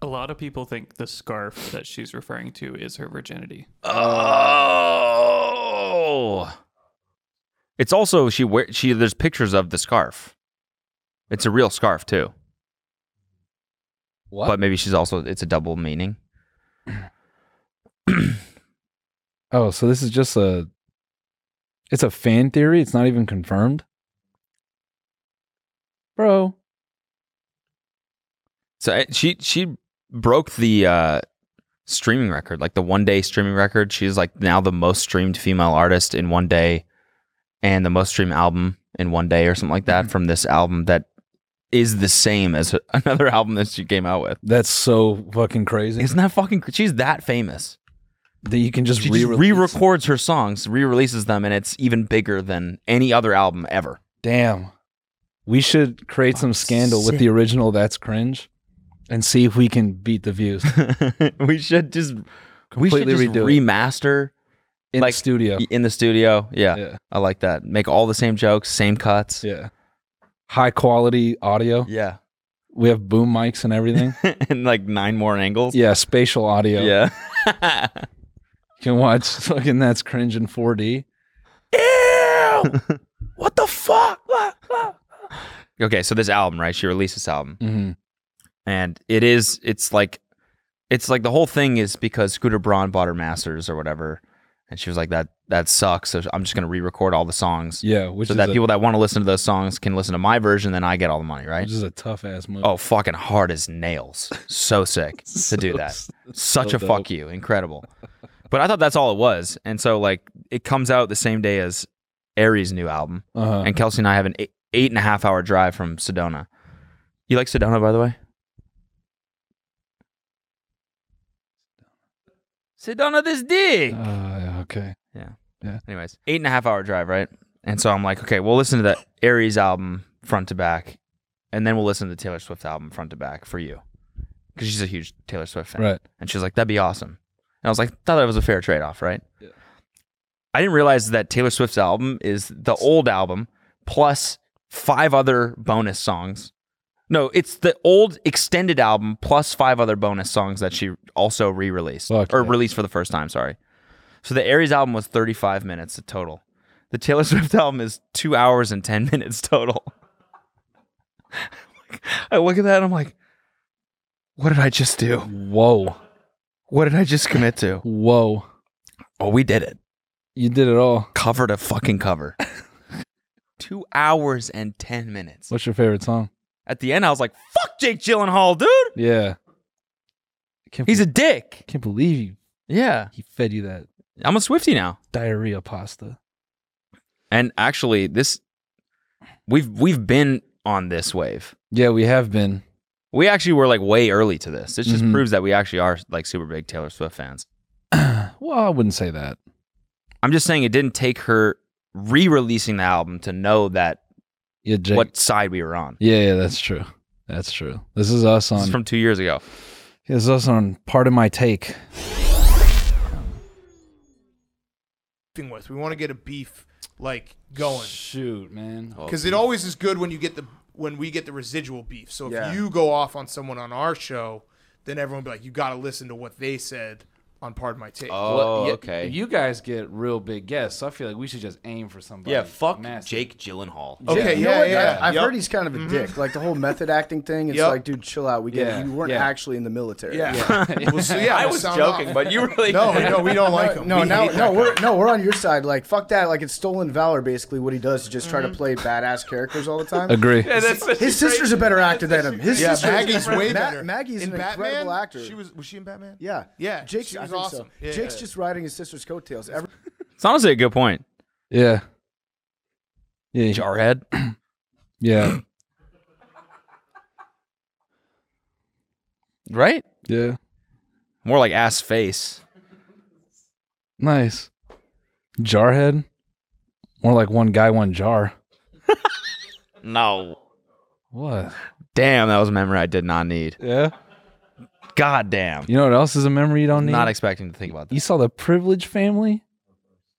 Speaker 7: A lot of people think the scarf that she's referring to is her virginity.
Speaker 6: Oh. It's also she wear she there's pictures of the scarf. It's a real scarf too.
Speaker 5: What?
Speaker 6: But maybe she's also it's a double meaning.
Speaker 5: oh, so this is just a. It's a fan theory. It's not even confirmed. Bro,
Speaker 6: So I, she she broke the uh streaming record, like the one day streaming record. She's like now the most streamed female artist in one day and the most streamed album in one day or something like that
Speaker 5: Mm-hmm.
Speaker 6: from this album that is the same as another album that she came out with.
Speaker 5: that's so fucking crazy
Speaker 6: Isn't that fucking cr- she's that famous.
Speaker 5: that you can just
Speaker 6: She
Speaker 5: re
Speaker 6: just re-records her songs, re-releases them, and it's even bigger than any other album ever.
Speaker 5: Damn. We should create some
Speaker 6: Fuck,
Speaker 5: scandal with the
Speaker 6: sick.
Speaker 5: original That's Cringe and see if we can beat the views
Speaker 6: we should just
Speaker 5: Completely
Speaker 6: we should just
Speaker 5: redo it.
Speaker 6: remaster
Speaker 5: in
Speaker 6: Like,
Speaker 5: studio.
Speaker 6: in the studio. Yeah,
Speaker 5: Yeah.
Speaker 6: I like that. Make all the same jokes, same cuts.
Speaker 5: Yeah. High quality audio.
Speaker 6: Yeah,
Speaker 5: We have boom mics and everything.
Speaker 6: and like nine more angles.
Speaker 5: yeah, spatial audio.
Speaker 6: yeah.
Speaker 5: You can watch fucking That's Cringe in 4D.
Speaker 6: Ew! what the fuck? okay, so this album, right? She released this album.
Speaker 5: Mm-hmm.
Speaker 6: and it is it's like it's like the whole thing is because Scooter Braun bought her masters or whatever, and she was like, "That that sucks." So I'm just gonna re-record all the songs
Speaker 5: Yeah, which
Speaker 6: so
Speaker 5: is
Speaker 6: that
Speaker 5: a,
Speaker 6: people that want to listen to those songs can listen to my version. Then I get all the money, right?
Speaker 5: which is a tough ass move.
Speaker 6: Oh, fucking hard as nails. So sick to do that. Such a
Speaker 5: dope.
Speaker 6: fuck you. Incredible. But I thought that's all it was. And so, like, it comes out the same day as Aries' new album.
Speaker 5: uh-huh.
Speaker 6: And Kelsey and I have an eight, eight and a half hour drive from Sedona. You like Sedona, by the way? Sedona this dick.
Speaker 5: Uh, yeah, okay.
Speaker 6: Anyways, eight and a half hour drive, right? And so I'm like, okay, we'll listen to the Aries album front to back, and then we'll listen to the Taylor Swift album front to back for you, because she's a huge Taylor Swift fan.
Speaker 5: Right.
Speaker 6: And she was like, that'd be awesome. And I was like, thought that was a fair trade off, right? Yeah. I didn't realize that Taylor Swift's album is the old album plus five other bonus songs. No, it's the old extended album plus five other bonus songs that she also re released
Speaker 5: Fuck
Speaker 6: or
Speaker 5: yeah.
Speaker 6: released for the first time. Sorry. So the Aries album was 35 minutes total. The Taylor Swift album is two hours and 10 minutes total. I look at that and I'm like, what did I just do?
Speaker 5: Whoa.
Speaker 6: What did I just commit to?
Speaker 5: Whoa.
Speaker 6: Oh, we did it.
Speaker 5: You did it all.
Speaker 6: Cover to fucking cover. Two hours and 10 minutes.
Speaker 5: What's your favorite song?
Speaker 6: At the end, I was like, fuck Jake Gyllenhaal, dude.
Speaker 5: Yeah. I Can't
Speaker 6: He's a
Speaker 5: be-
Speaker 6: dick.
Speaker 5: can't believe you.
Speaker 6: Yeah.
Speaker 5: He fed you that
Speaker 6: I'm a Swifty now.
Speaker 5: diarrhea pasta.
Speaker 6: And actually, this, we've, we've been on this wave.
Speaker 5: Yeah, we have been.
Speaker 6: We actually were like way early to this. This just
Speaker 5: Mhm.
Speaker 6: proves that we actually are like super big Taylor Swift fans.
Speaker 5: Well, I wouldn't say that.
Speaker 6: I'm just saying it didn't take her re releasing the album to know that
Speaker 5: Yeah, Jake.
Speaker 6: what side we were on.
Speaker 5: Yeah, yeah, that's true. That's true. This is us
Speaker 6: This
Speaker 5: on.
Speaker 6: is from two years ago.
Speaker 5: this is us on part of my take.
Speaker 8: beefing with. We want to get a beef like going
Speaker 5: Shoot, man.
Speaker 8: because it always is good when you get the when we get the residual beef. So if
Speaker 5: Yeah.
Speaker 8: you go off on someone on our show, then everyone will be like, you got to listen to what they said on part of my take.
Speaker 9: Oh,
Speaker 6: Oh,
Speaker 5: Well, yeah, You guys get real big guests, so I feel like we should just aim for somebody. massive.
Speaker 6: Gyllenhaal.
Speaker 8: okay,
Speaker 9: You know
Speaker 8: yeah,
Speaker 9: what?
Speaker 8: yeah.
Speaker 9: I, have
Speaker 8: Yep.
Speaker 9: heard he's kind of a dick. Like the whole method acting thing. It's
Speaker 8: Yep.
Speaker 9: like, dude, chill out. We get
Speaker 5: Yeah,
Speaker 9: it. You weren't
Speaker 5: yeah.
Speaker 9: actually in the military.
Speaker 8: Yeah, Well, so, yeah I was joking,
Speaker 6: But you really
Speaker 8: no, no, we don't like him.
Speaker 9: Uh, No,
Speaker 8: we
Speaker 9: now,
Speaker 8: hate
Speaker 9: no,
Speaker 8: that
Speaker 9: we're
Speaker 8: guy.
Speaker 9: no, we're on your side. Like, fuck that. Like, it's stolen valor. Basically, what he does is just try to play badass characters all the time.
Speaker 5: Agree.
Speaker 9: His sister's a better actor than him. His
Speaker 8: Yeah,
Speaker 9: sister
Speaker 8: Maggie's way
Speaker 9: Ma-
Speaker 8: better.
Speaker 9: Maggie's
Speaker 8: in
Speaker 9: an
Speaker 8: Batman,
Speaker 9: incredible actor.
Speaker 8: She was was she in Batman?
Speaker 9: Yeah,
Speaker 8: Yeah,
Speaker 9: Jake's
Speaker 8: she
Speaker 9: I
Speaker 8: was
Speaker 9: think
Speaker 8: awesome.
Speaker 9: So.
Speaker 8: Yeah.
Speaker 9: Jake's just riding his sister's coattails. Every,
Speaker 6: It's honestly a good point.
Speaker 5: Yeah. Yeah.
Speaker 6: Jarhead.
Speaker 5: Yeah.
Speaker 6: Right?
Speaker 5: Yeah.
Speaker 6: More like ass face.
Speaker 5: Nice. Jarhead. More like one guy, one jar.
Speaker 6: No.
Speaker 5: What?
Speaker 6: Damn, that was a memory I did not need.
Speaker 5: Yeah.
Speaker 6: God damn.
Speaker 5: You know what else is a memory you don't need?
Speaker 6: Not expecting to think about
Speaker 5: you
Speaker 6: that.
Speaker 5: saw the privileged family,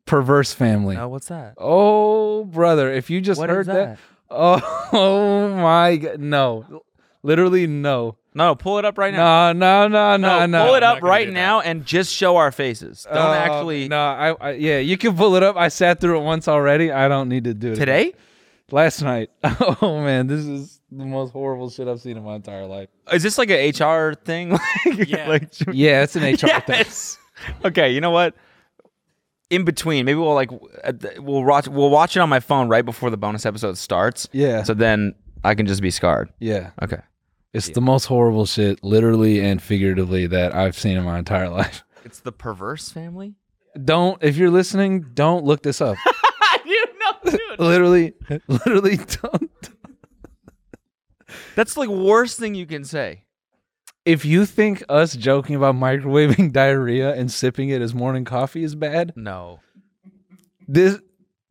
Speaker 5: perverse family.
Speaker 6: what's that?
Speaker 5: Oh, brother! If you just
Speaker 6: What is
Speaker 5: heard that, oh, oh my god, no, literally no,
Speaker 6: No, pull it up right now.
Speaker 5: no, no, no, no, no.
Speaker 6: pull it
Speaker 7: not
Speaker 6: up
Speaker 7: gonna
Speaker 6: right
Speaker 7: do that.
Speaker 6: now and just show our faces. Don't
Speaker 5: Uh,
Speaker 6: actually.
Speaker 5: No, I, I, yeah, you can pull it up. I sat through it once already. I don't need to do it
Speaker 6: Today?
Speaker 5: Last night. Oh man, this is the most horrible shit I've seen in my entire life.
Speaker 6: Is this like an HR thing? like,
Speaker 7: Yeah.
Speaker 6: like,
Speaker 5: Yeah, it's an HR thing.
Speaker 6: yes. Okay, you know what? In between, maybe we'll like at the- we'll watch we'll watch it on my phone right before the bonus episode starts.
Speaker 5: Yeah.
Speaker 6: So then I can just be scarred.
Speaker 5: Yeah,
Speaker 6: Okay.
Speaker 5: it's the most horrible shit, literally and figuratively, that I've seen in my entire life.
Speaker 6: It's the perverse family.
Speaker 5: Don't, if you're listening, don't look this up.
Speaker 6: you know, dude.
Speaker 5: literally, literally, don't.
Speaker 6: That's like worst thing you can say.
Speaker 5: if you think us joking about microwaving diarrhea and sipping it as morning coffee is bad,
Speaker 6: No.
Speaker 5: this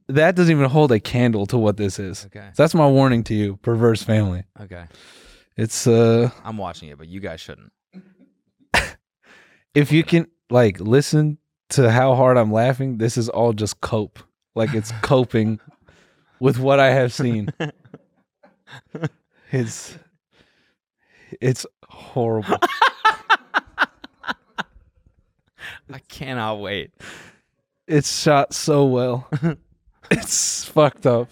Speaker 5: that doesn't even hold a candle to what this is.
Speaker 6: Okay.
Speaker 5: So that's my warning to you, perverse family.
Speaker 6: Okay.
Speaker 5: It's uh
Speaker 6: I'm watching it, but you guys shouldn't.
Speaker 5: if you can like listen to how hard I'm laughing, this is all just cope. Like it's coping with what I have seen. It's it's horrible.
Speaker 6: I cannot wait.
Speaker 5: It's shot so well. It's fucked up.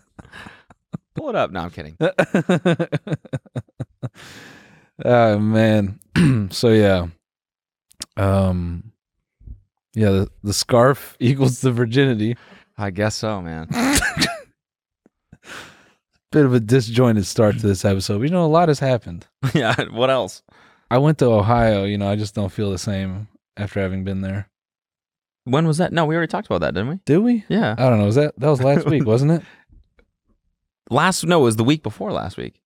Speaker 6: Pull it up. No, I'm kidding.
Speaker 5: Ah, oh man so yeah um Yeah, the, the scarf equals the virginity.
Speaker 6: I guess so, man.
Speaker 5: Bit of a disjointed start to this episode. But, you know, a lot has happened.
Speaker 6: yeah. What else?
Speaker 5: I went to Ohio. You know, I just don't feel the same after having been there.
Speaker 6: When was that? No, we already talked about that, didn't we?
Speaker 5: Did we?
Speaker 6: Yeah.
Speaker 5: I don't know. Was that that was last week, wasn't it?
Speaker 6: Last no, it was the week before last week.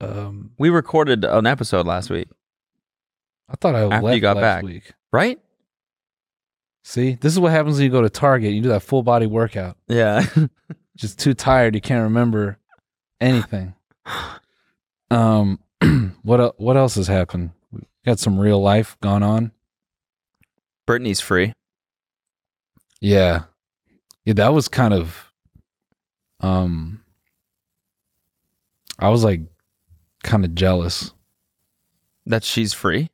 Speaker 5: Um,
Speaker 6: We recorded an episode last week,
Speaker 5: I thought I
Speaker 6: After you
Speaker 5: left
Speaker 6: got
Speaker 5: last
Speaker 6: back.
Speaker 5: week.
Speaker 6: right?
Speaker 5: See, this is what happens when you go to Target. You do that full body workout.
Speaker 6: Yeah.
Speaker 5: Just too tired, you can't remember anything. Um, what el- what else has happened? We got some real life gone on.
Speaker 6: Brittany's free.
Speaker 5: Yeah. Yeah, that was kind of um I was like kind of jealous.
Speaker 6: That she's free.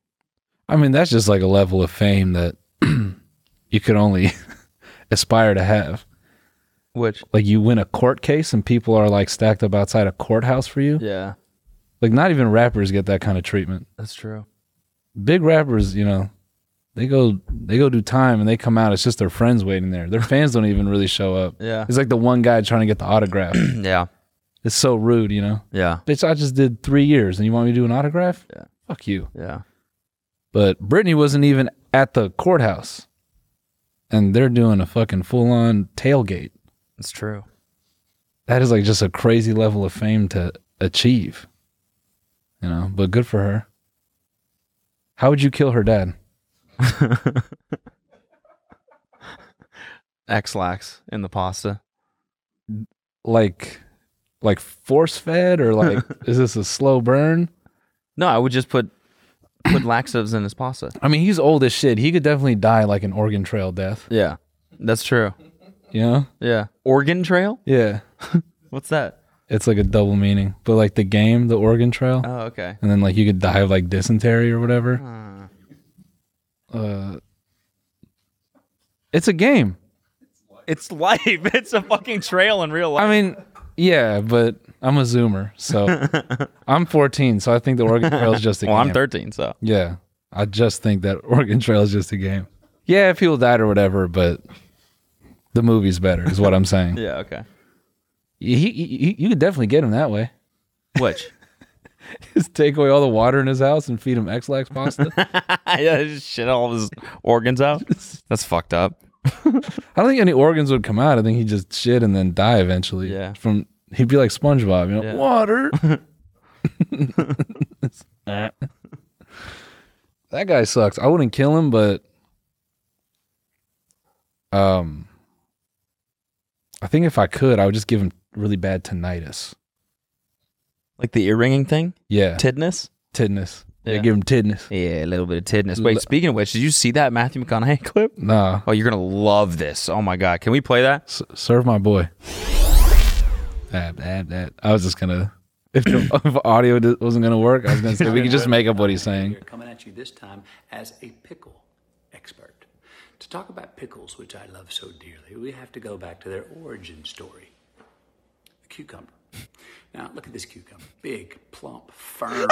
Speaker 5: I mean, that's just like a level of fame that you could only aspire to have.
Speaker 6: Which?
Speaker 5: Like you win a court case and people are like stacked up outside a courthouse for you.
Speaker 6: Yeah,
Speaker 5: Like not even rappers get that kind of treatment.
Speaker 6: that's true.
Speaker 5: Big rappers, you know, they go they go do time and they come out it's just their friends waiting there. Their fans don't even really show up.
Speaker 6: Yeah.
Speaker 5: It's like the one guy trying to get the autograph.
Speaker 6: Yeah.
Speaker 5: it's so rude, you know.
Speaker 6: Yeah.
Speaker 5: bitch, I just did three years and you want me to do an autograph?
Speaker 6: Yeah.
Speaker 5: Fuck you.
Speaker 6: Yeah.
Speaker 5: But Brittany wasn't even at the courthouse. And they're doing a fucking full on tailgate.
Speaker 6: It's true.
Speaker 5: That is like just a crazy level of fame to achieve. You know, but good for her. How would you kill her dad?
Speaker 6: X lax in the pasta.
Speaker 5: Like like force fed or like is this a slow burn?
Speaker 6: No, I would just put put laxatives in his pasta.
Speaker 5: I mean, he's old as shit. He could definitely die like an Oregon Trail death,
Speaker 6: Yeah. That's true.
Speaker 5: you know?
Speaker 6: Yeah. Oregon Trail?
Speaker 5: Yeah.
Speaker 6: What's that?
Speaker 5: It's like a double meaning. But like the game, the Oregon Trail.
Speaker 6: Oh, okay.
Speaker 5: and then like you could die of like dysentery or whatever. Uh, it's a game.
Speaker 6: It's life. It's a fucking trail in real life.
Speaker 5: I mean, yeah, but I'm a zoomer, so I'm 14, so I think the Oregon Trail is just a
Speaker 6: well,
Speaker 5: game.
Speaker 6: I'm 13, so.
Speaker 5: Yeah, I just think that Oregon Trail is just a game. Yeah, people died or whatever, but the movie's better, is what I'm saying.
Speaker 6: Yeah, okay.
Speaker 5: He- he- he- you could definitely get him that way.
Speaker 6: Which?
Speaker 5: Just take away all the water in his house and feed him X-Lax pasta.
Speaker 6: yeah, just shit all of his organs out. That's fucked up.
Speaker 5: I don't think any organs would come out. I think he'd just shit and then die eventually.
Speaker 6: Yeah.
Speaker 5: From he'd be like SpongeBob, you know,
Speaker 6: Yeah.
Speaker 5: water. that guy sucks. I wouldn't kill him, but um I think if I could, I would just give him really bad tinnitus.
Speaker 6: Like the ear ringing thing?
Speaker 5: Yeah.
Speaker 6: Tidness?
Speaker 5: tidness. Yeah.
Speaker 6: Yeah.
Speaker 5: give him tidness.
Speaker 6: Yeah, a little bit of tidness.
Speaker 5: L-
Speaker 6: Wait, speaking of which, did you see that Matthew McConaughey clip?
Speaker 5: Nah.
Speaker 6: Oh, you're gonna love this. Oh my god, can we play that?
Speaker 5: S- serve my boy. That, that, that. I was just gonna. If, the, if audio di- wasn't gonna work, I was gonna say we could just make up what he's saying.
Speaker 10: We're coming at you this time as a pickle expert. To talk about pickles, which I love so dearly, we have to go back to their origin story the cucumber. Now, look at this cucumber big, plump, firm,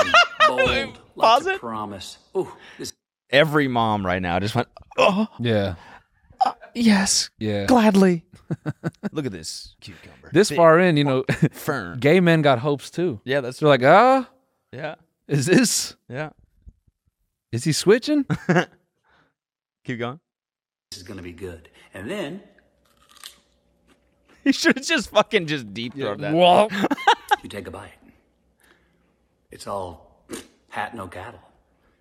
Speaker 10: bold, lots of promise. Ooh, this
Speaker 6: Every mom right now just went, oh
Speaker 5: Yeah,
Speaker 6: yes,
Speaker 5: yeah.
Speaker 6: gladly. Look at this cucumber.
Speaker 5: This
Speaker 6: Big,
Speaker 5: far in, you know,
Speaker 6: firm.
Speaker 5: gay men got hopes too.
Speaker 6: Yeah, that's
Speaker 5: They're like, ah,
Speaker 6: yeah,
Speaker 5: is this?
Speaker 6: yeah.
Speaker 5: Is he switching?
Speaker 6: Keep going.
Speaker 10: is going to be good. And then
Speaker 6: He should have just fucking just deep throated that.
Speaker 10: you take a bite. It's all hat, no cattle.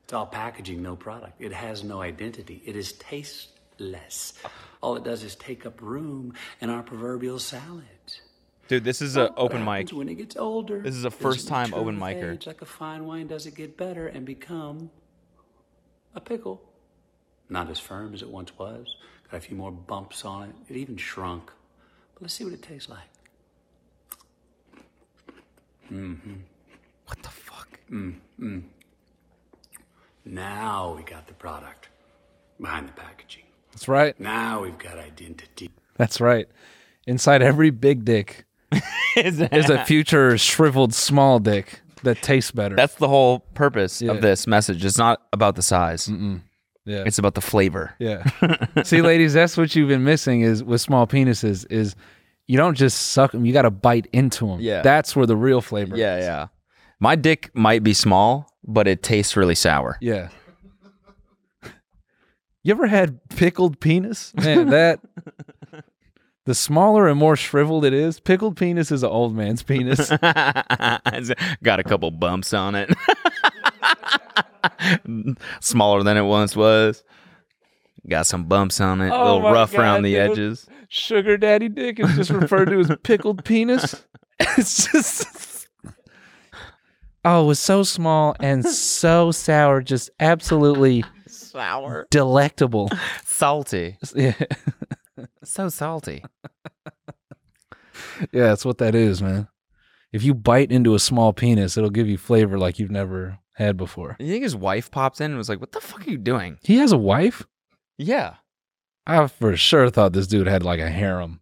Speaker 10: It's all packaging, no product. It has no identity. It is tasteless. All it does is take up room in our proverbial salad.
Speaker 6: Dude, this is
Speaker 5: Oh.
Speaker 6: a open
Speaker 10: What
Speaker 6: mic.
Speaker 10: happens When it gets older,
Speaker 6: This is a
Speaker 10: as it
Speaker 6: first-time
Speaker 10: matures
Speaker 6: open
Speaker 10: with
Speaker 6: micer.
Speaker 10: age, Like a fine wine, does it get better and become a pickle? Not as firm as it once was. Got a few more bumps on it. It even shrunk. But let's see what it tastes like. Mm-hmm. Now we got the product behind the packaging.
Speaker 5: That's right.
Speaker 10: Now we've got identity.
Speaker 5: That's right. Inside every big dick is a future shriveled small dick that tastes better.
Speaker 6: That's the whole purpose
Speaker 5: Yeah.
Speaker 6: of this message. It's not about the size.
Speaker 5: Yeah.
Speaker 6: It's about the flavor.
Speaker 5: Yeah. See, ladies, that's what you've been missing is with small penises is you don't just suck them; you got to bite into them.
Speaker 6: Yeah.
Speaker 5: That's where the real flavor.
Speaker 6: Yeah, yeah. My dick might be small, but it tastes really sour.
Speaker 5: Yeah. You ever had pickled penis? Man, that the smaller and more shriveled it is, pickled penis is an old man's penis.
Speaker 6: Got a couple bumps on it. Smaller than it once was. Got some bumps on
Speaker 5: Oh
Speaker 6: it. a little rough around the edges.
Speaker 5: Sugar daddy dick is just referred to as pickled penis. It's just Oh, it was so small and so sour, just absolutely
Speaker 6: Sour.
Speaker 5: delectable.
Speaker 6: Salty.
Speaker 5: Yeah,
Speaker 6: So salty.
Speaker 5: yeah, that's what that is, man. If you bite into a small penis, it'll give you flavor like you've never had before.
Speaker 6: You think his wife popped in and was like, What the fuck are you doing?
Speaker 5: He has a wife?
Speaker 6: Yeah.
Speaker 5: I for sure thought this dude had like a harem.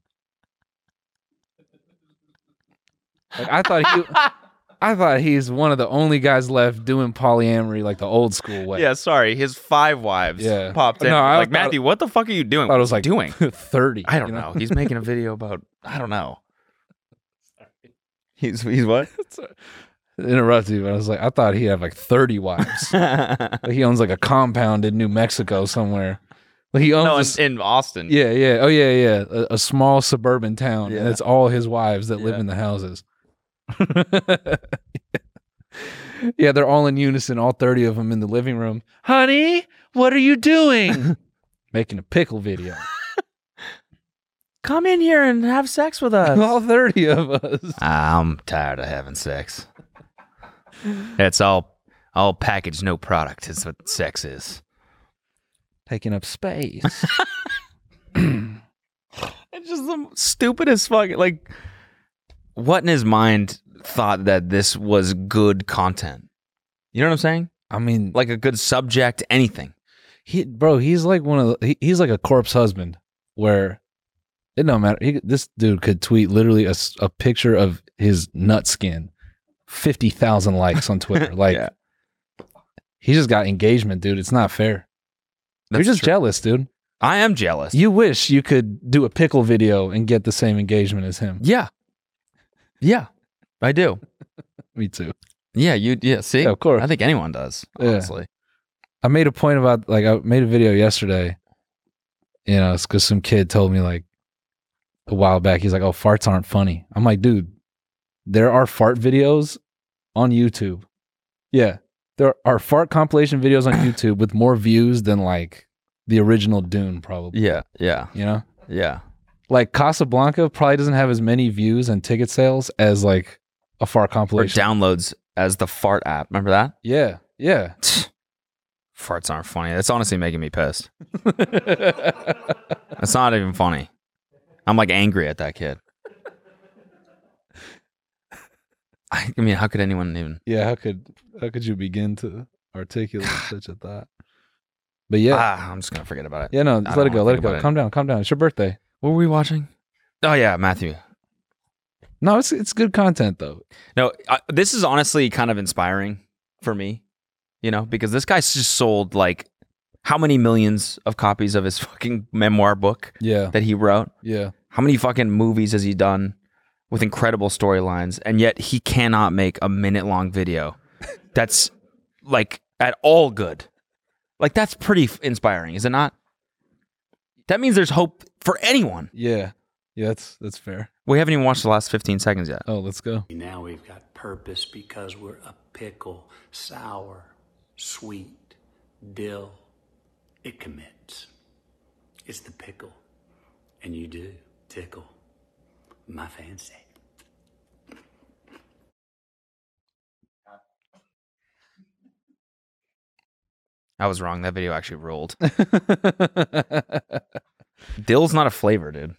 Speaker 5: Like I thought he I thought he's one of the only guys left doing polyamory like the old school way.
Speaker 6: Yeah, sorry. His five wives
Speaker 5: Yeah.
Speaker 6: popped in.
Speaker 5: No, I
Speaker 6: like,
Speaker 5: thought-
Speaker 6: Matthew, what the fuck are you doing?
Speaker 5: I thought
Speaker 6: What
Speaker 5: it was like
Speaker 6: doing?
Speaker 5: 30.
Speaker 6: I don't
Speaker 5: you
Speaker 6: know. He's making a video about I don't know. He's he's what?
Speaker 5: uh, Interrupted you, but I was like, I thought he had like 30 wives. Like, he owns like a compound in New Mexico somewhere. Like he owns
Speaker 6: no,
Speaker 5: a
Speaker 6: in,
Speaker 5: s-
Speaker 6: in Austin.
Speaker 5: Yeah, yeah. Oh, yeah, yeah. A, a small suburban town, and
Speaker 6: Yeah.
Speaker 5: it's all his wives that live
Speaker 6: Yeah.
Speaker 5: in the houses. yeah, they're all in unison, all 30 of them in the living room. Honey, what are you doing? Making a pickle video.
Speaker 6: Come in here and have sex with us.
Speaker 5: all 30 of us.
Speaker 6: I'm tired of having sex. That's all all package, no product is what sex is.
Speaker 5: Taking up space.
Speaker 6: It's just the stupidest fucking like what in his mind thought that this was good content. You know what I'm saying?
Speaker 5: I mean, like,
Speaker 6: Like a good subject, anything.
Speaker 5: he, bro, he's like one of the, he, he's like a corpse husband where it don't matter. He, this dude could tweet literally a, s- a picture of his nut skin, 50,000 likes on Twitter. Like,
Speaker 6: Yeah.
Speaker 5: He just got engagement, dude. It's not fair.
Speaker 6: That's
Speaker 5: You're just
Speaker 6: true.
Speaker 5: jealous, dude.
Speaker 6: I am jealous.
Speaker 5: You wish you could do a pickle video and get the same engagement as him.
Speaker 6: Yeah. Yeah. I do.
Speaker 5: Me too.
Speaker 6: Yeah, you yeah, see?
Speaker 5: Yeah, of course.
Speaker 6: I think anyone does,
Speaker 5: Yeah.
Speaker 6: honestly.
Speaker 5: I made a point about like I made a video yesterday. You know, it's because some kid told me like a while back. He's like, "Oh, farts aren't funny." I'm like, dude, there are fart videos on YouTube. Yeah, there are fart compilation videos on YouTube with more views than like the original Dune, probably.
Speaker 6: Yeah, yeah,
Speaker 5: You know.
Speaker 6: yeah.
Speaker 5: like Casablanca probably doesn't have as many views and ticket sales as like a fart
Speaker 6: Or
Speaker 5: compilation.
Speaker 6: downloads as the fart app. Remember that?
Speaker 5: yeah, yeah.
Speaker 6: Farts aren't funny. That's honestly making me pissed. That's not even funny. I'm like angry at that kid. I mean, how could anyone even?
Speaker 5: yeah, how could how could you begin to articulate such a thought? But yeah.
Speaker 6: Ah, I'm just gonna forget about it.
Speaker 5: yeah, no, just
Speaker 6: don't
Speaker 5: let it go.
Speaker 6: wanna
Speaker 5: Let it
Speaker 6: think
Speaker 5: go.
Speaker 6: about it.
Speaker 5: Calm down. Calm down. It's your birthday.
Speaker 6: What were we watching? Oh yeah, Matthew.
Speaker 5: No, it's it's good content though.
Speaker 6: No, I, this is honestly kind of inspiring for me, you know, because this guy's just sold like how many millions of copies of his fucking memoir book
Speaker 5: Yeah.
Speaker 6: that he wrote?
Speaker 5: Yeah.
Speaker 6: How many fucking movies has he done with incredible storylines? And yet he cannot make a minute long video that's like at all good. Like that's pretty f- inspiring, is it not? That means there's hope for anyone.
Speaker 5: Yeah. Yeah, that's that's fair.
Speaker 6: We haven't even watched the last 15 seconds yet.
Speaker 5: Oh, let's go.
Speaker 10: Now we've got purpose because we're a pickle, sour, sweet, dill. It commits. It's the pickle. And you do tickle my fancy.
Speaker 6: I was wrong. That video actually rolled. Dill's not a flavor, dude.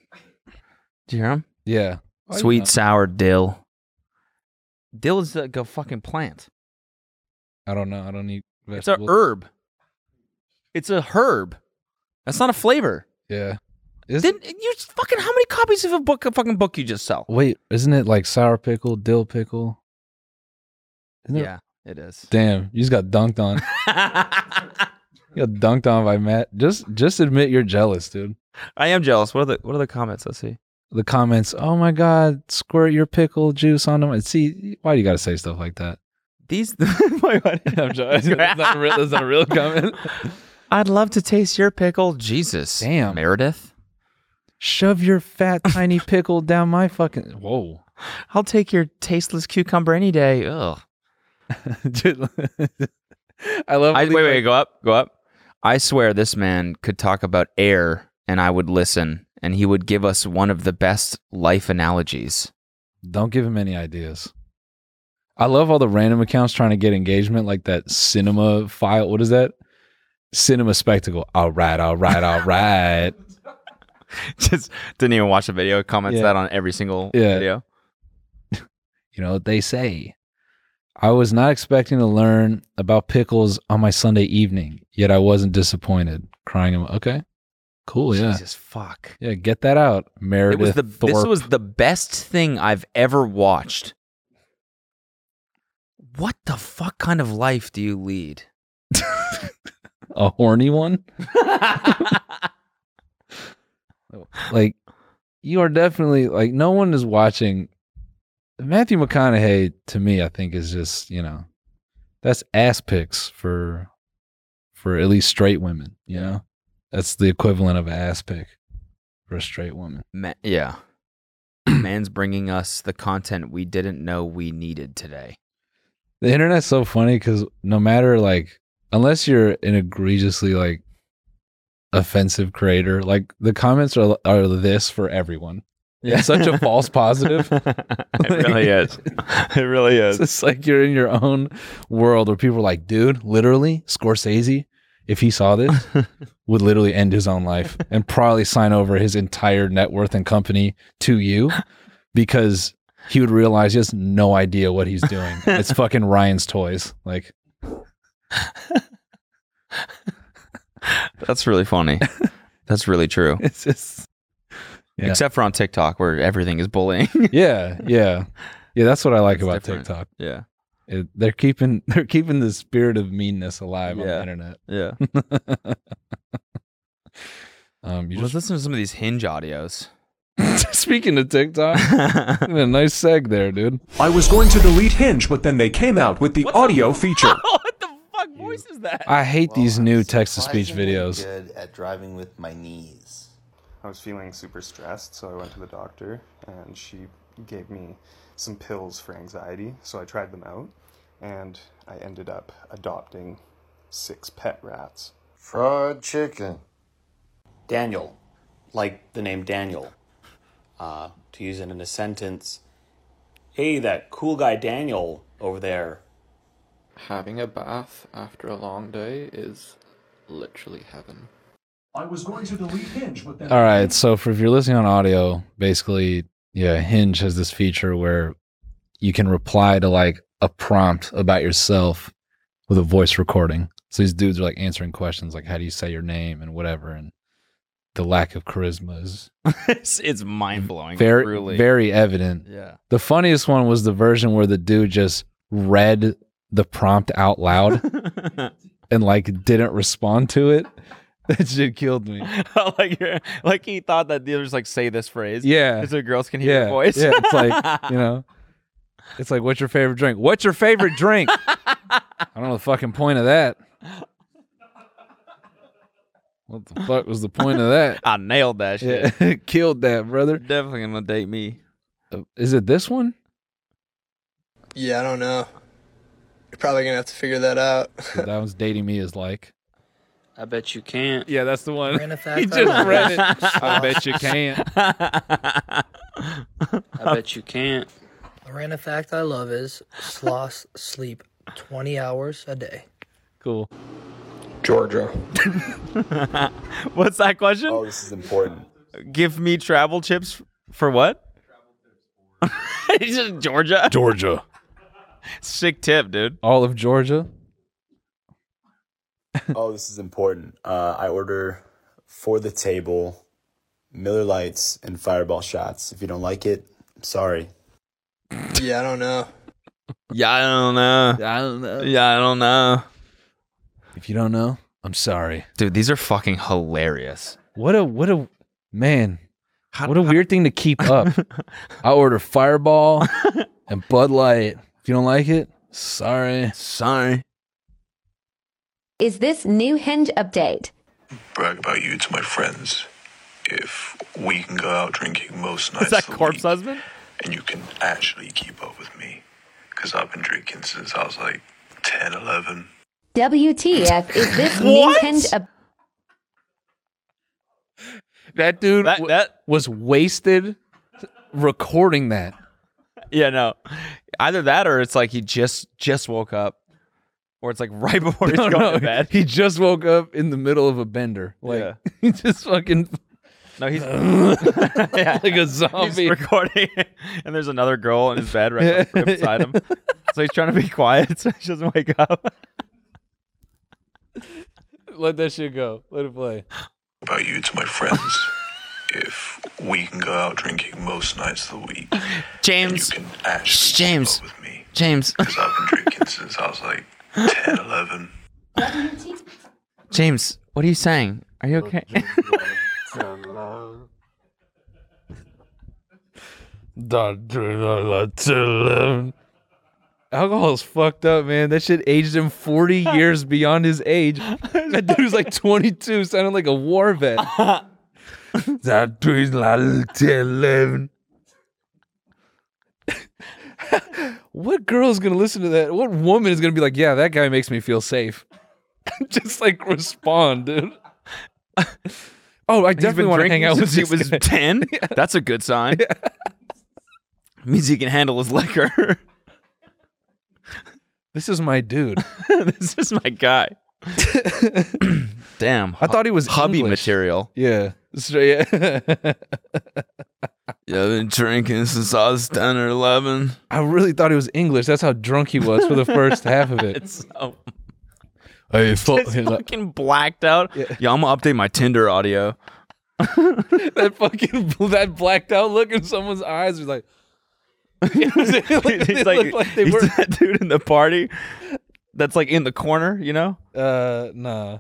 Speaker 6: Do you hear him?
Speaker 5: yeah.
Speaker 6: Sweet, sour dill. Dill is like a fucking plant.
Speaker 5: I don't know. I don't need
Speaker 6: It's a
Speaker 5: vegetables.
Speaker 6: herb. It's a herb. That's not a flavor.
Speaker 5: yeah. Is
Speaker 6: Then you fucking how many copies of a book a fucking book you just sell?
Speaker 5: wait, isn't it like sour pickle, dill pickle? Isn't it-
Speaker 6: Yeah, it is.
Speaker 5: Damn, you just got dunked on. You got dunked on by Matt. Just just admit you're jealous, dude.
Speaker 6: I am jealous. What are the What are the comments? Let's see.
Speaker 5: The comments, oh my god, squirt your pickle juice onto my see why do you gotta say stuff like that?
Speaker 6: These. Wait, what?
Speaker 5: I'm sorry. That's not a real- that's not a real comment.
Speaker 6: I'd love to taste your pickle, Jesus.
Speaker 5: Damn.
Speaker 6: Meredith.
Speaker 5: Shove your fat tiny pickle down my fucking Whoa.
Speaker 6: I'll take your tasteless cucumber any day. Ugh.
Speaker 5: Dude, I love
Speaker 6: I, wait,
Speaker 5: these,
Speaker 6: wait,
Speaker 5: like-
Speaker 6: go up, go up. I swear this man could talk about air, and I would listen, and he would give us one of the best life analogies.
Speaker 5: Don't give him any ideas. I love all the random accounts trying to get engagement, like that cinema file. What is that? Cinema spectacle. All right, all right, all right.
Speaker 6: Just didn't even watch the video. Comments
Speaker 5: Yeah.
Speaker 6: that on every single
Speaker 5: Yeah.
Speaker 6: video.
Speaker 5: you know what they say. I was not expecting to learn about pickles on my Sunday evening, yet I wasn't disappointed. Crying, emo- okay, cool, yeah,
Speaker 6: Jesus fuck.
Speaker 5: yeah, get that out,
Speaker 6: It
Speaker 5: Meredith.
Speaker 6: was the
Speaker 5: Thorpe.
Speaker 6: this was the best thing I've ever watched. What the fuck kind of life do you lead?
Speaker 5: a horny one. like you are definitely like no one is watching Matthew McConaughey to me I think is just, you know, that's ass pics for for at least straight women, you know? That's the equivalent of an ass pic for a straight woman.
Speaker 6: Ma- yeah. Man's bringing us the content we didn't know we needed today.
Speaker 5: The internet's so funny cuz no matter like unless you're an egregiously like offensive creator, like the comments are are this for everyone. It's such a false positive.
Speaker 6: it really is. It really
Speaker 5: It's
Speaker 6: is.
Speaker 5: just like you're in your own world where people are like, dude, literally, Scorsese, if he saw this, would literally end his own life and probably sign over his entire net worth and company to you because he would realize he has no idea what he's doing. It's fucking Ryan's toys. Like,
Speaker 6: That's really funny. That's really true.
Speaker 5: it's just, Yeah.
Speaker 6: Except for on TikTok where everything is bullying.
Speaker 5: yeah, yeah. Yeah, that's what I like
Speaker 6: It's
Speaker 5: about
Speaker 6: different.
Speaker 5: TikTok.
Speaker 6: yeah.
Speaker 5: It, they're keeping they're keeping the spirit of meanness alive on the
Speaker 6: Yeah.
Speaker 5: internet.
Speaker 6: Yeah.
Speaker 5: Um, you
Speaker 6: Let's listen to some of these hinge audios.
Speaker 5: just speaking of TikTok, a nice seg there, dude.
Speaker 11: I was going to delete Hinge, but then they came out with the audio feature.
Speaker 6: what the fuck voice is that?
Speaker 5: I hate these new text to speech videos.
Speaker 1: Good at driving with my knees.
Speaker 11: I was feeling super stressed, so I went to the doctor, and she gave me some pills for anxiety. So I tried them out, and I ended up adopting six pet rats.
Speaker 1: Fried chicken.
Speaker 10: Daniel, like the name Daniel. Uh, to use it in a sentence, hey, that cool guy Daniel over there.
Speaker 11: Having a bath after a long day is literally heaven. I was going to delete Hinge, but then
Speaker 5: All right, so for if you're listening on audio, basically, yeah, Hinge has this feature where you can reply to like a prompt about yourself with a voice recording. So these dudes are like answering questions like how do you say your name and whatever and the lack of charisma is
Speaker 6: it's it's mind blowing.
Speaker 5: very
Speaker 6: truly.
Speaker 5: very evident.
Speaker 6: yeah.
Speaker 5: The funniest one was the version where the dude just read the prompt out loud and like didn't respond to it. That shit killed me.
Speaker 6: like you're- like he thought that the others like say this phrase.
Speaker 5: Yeah.
Speaker 6: So girls can hear your voice.
Speaker 5: Yeah, it's like you know, it's like what's your favorite drink? What's your favorite drink? I don't know the fucking point of that. What the fuck was the point of that?
Speaker 6: I nailed that Ah, shit.
Speaker 5: Yeah, killed that brother.
Speaker 6: Definitely gonna date me.
Speaker 5: Uh, Is it this one?
Speaker 11: yeah, I don't know. You're probably gonna have to figure that out.
Speaker 5: That one's dating me is like.
Speaker 10: I bet you can't.
Speaker 5: Yeah, that's the one. he just read it. I bet you can't.
Speaker 10: I bet you can't.
Speaker 11: A random fact I love is sloths sleep 20 hours a day.
Speaker 5: Cool.
Speaker 11: Georgia.
Speaker 6: What's that question?
Speaker 1: Oh, this is important.
Speaker 6: Give me travel chips for what? He's just Georgia.
Speaker 5: Georgia.
Speaker 6: Sick tip, dude.
Speaker 5: All of Georgia.
Speaker 1: Oh, this is important. Uh, I order for the table Miller Lights and Fireball shots. If you don't like it, I'm sorry.
Speaker 11: Yeah, I don't know.
Speaker 6: Yeah, I don't know.
Speaker 5: I don't know.
Speaker 6: Yeah, I don't know.
Speaker 5: If you don't know, I'm sorry.
Speaker 6: Dude, these are fucking hilarious.
Speaker 5: What a what a man. what a weird thing to keep up. I order Fireball and Bud Light. If you don't like it, sorry.
Speaker 6: Sorry.
Speaker 12: Is this new hinge update?
Speaker 13: brag about you to my friends. If we can go out drinking most nights,
Speaker 6: Is that
Speaker 13: of the
Speaker 6: Corp's
Speaker 13: week,
Speaker 6: husband?
Speaker 13: And you can actually keep up with me. Because I've been drinking since I was like 10, 11.
Speaker 12: WTF is this new
Speaker 13: What?
Speaker 12: hinge up
Speaker 5: That dude w- was wasted recording that.
Speaker 6: Yeah, no. Either that or it's like he just just woke up. Or it's like right before he's
Speaker 5: No,
Speaker 6: going
Speaker 5: no,
Speaker 6: to bed.
Speaker 5: He just woke up in the middle of a bender. Like he just fucking
Speaker 6: No, he's
Speaker 5: Yeah. Like a zombie.
Speaker 6: He's recording, and there's another girl in his bed right right beside him. So he's trying to be quiet so she doesn't wake up.
Speaker 5: let that shit go. Let it play.
Speaker 13: About you to my friends. if we can go out drinking most nights of the week.
Speaker 6: James.
Speaker 13: And you can actually
Speaker 6: James.
Speaker 13: keep up with me.
Speaker 6: James.
Speaker 13: Because I've been drinking since I was like 10, 11.
Speaker 6: James, what are you saying? Are you okay?
Speaker 5: Alcohol is fucked up, man. That shit aged him 40 years beyond his age. That dude was like 22, sounded like a war vet.
Speaker 1: That dude's like 11.
Speaker 5: What girl is going to listen to that? What woman is going to be like, yeah, that guy makes me feel safe? Just like respond, dude. oh, I definitely want to hang out with
Speaker 6: since
Speaker 5: this
Speaker 6: he was
Speaker 5: guy.
Speaker 6: 10. That's a good sign. Means he can handle his liquor.
Speaker 5: This is my dude.
Speaker 6: this is my guy. Damn.
Speaker 5: I thought he was
Speaker 6: hubby
Speaker 5: English.
Speaker 6: material.
Speaker 5: Yeah. So, yeah.
Speaker 6: Yeah, I've been drinking since I was 10 or 11.
Speaker 5: I really thought he was English. That's how drunk he was for the first half of it.
Speaker 6: It's so
Speaker 5: Hey,
Speaker 6: Just fucking blacked out. Yeah. I'm gonna update my Tinder audio.
Speaker 5: that fucking that blacked out look in someone's eyes was like, it was- it looked-
Speaker 6: He's
Speaker 5: it
Speaker 6: like,
Speaker 5: looked like they
Speaker 6: he's
Speaker 5: were.
Speaker 6: that dude in the party that's like in the corner, you know?
Speaker 5: Uh, nah.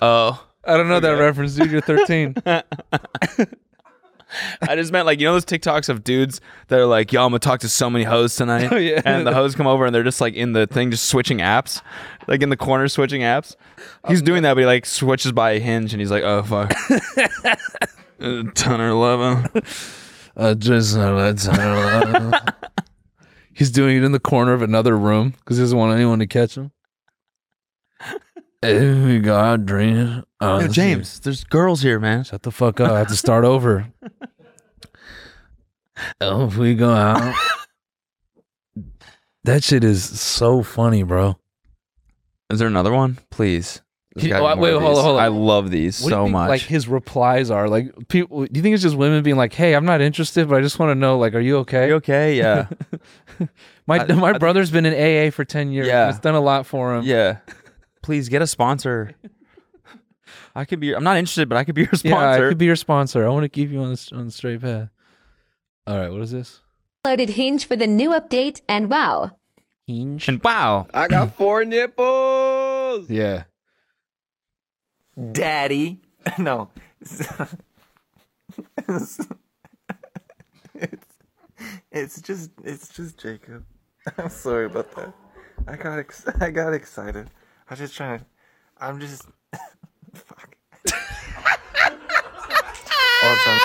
Speaker 6: Oh.
Speaker 5: I don't know that reference, dude. You're 13.
Speaker 6: I just meant like you know those TikToks of dudes that are like, "Yo, I'm gonna talk to so many hoes tonight,"
Speaker 5: Oh, yeah.
Speaker 6: and the hoes come over and they're just like in the thing, just switching apps, like in the corner switching apps. He's doing that, but he like switches by a hinge, and he's like, "Oh fuck, Uh, ten or eleven.
Speaker 5: Uh, just uh, He's doing it in the corner of another room because he doesn't want anyone to catch him. Hey, God, dream. Uh,
Speaker 6: Yo, James, there's girls here, man.
Speaker 5: Shut the fuck up. I have to start over. oh, if we go out. that shit is so funny, bro.
Speaker 6: Is there another one? Please. There's
Speaker 5: Can you-
Speaker 6: gotta
Speaker 5: oh,
Speaker 6: be more
Speaker 5: wait,
Speaker 6: of
Speaker 5: hold on,
Speaker 6: these.
Speaker 5: hold on.
Speaker 6: I love these
Speaker 5: What do you
Speaker 6: so
Speaker 5: think,
Speaker 6: much.
Speaker 5: Like his replies are like people. Do you think it's just women being like, "Hey, I'm not interested, but I just want to know, like, are you okay?
Speaker 6: You okay? Yeah.
Speaker 5: my
Speaker 6: I-
Speaker 5: my brother's been in AA for ten years.
Speaker 6: Yeah.
Speaker 5: and it's done a lot for him.
Speaker 6: yeah. Please get a sponsor. I could be. I'm not interested, but I could be your sponsor.
Speaker 5: yeah. I could be your sponsor. I want to keep you on the, on the straight path. All right, what is this?
Speaker 12: loaded hinge for the new update and wow.
Speaker 5: Hinge.
Speaker 6: And wow,
Speaker 14: I got four nipples.
Speaker 5: Yeah.
Speaker 14: Daddy. No. it's, it's just it's just Jacob. I'm sorry about that. I got ex- I got excited. I was just trying to I'm just fuck. All the time.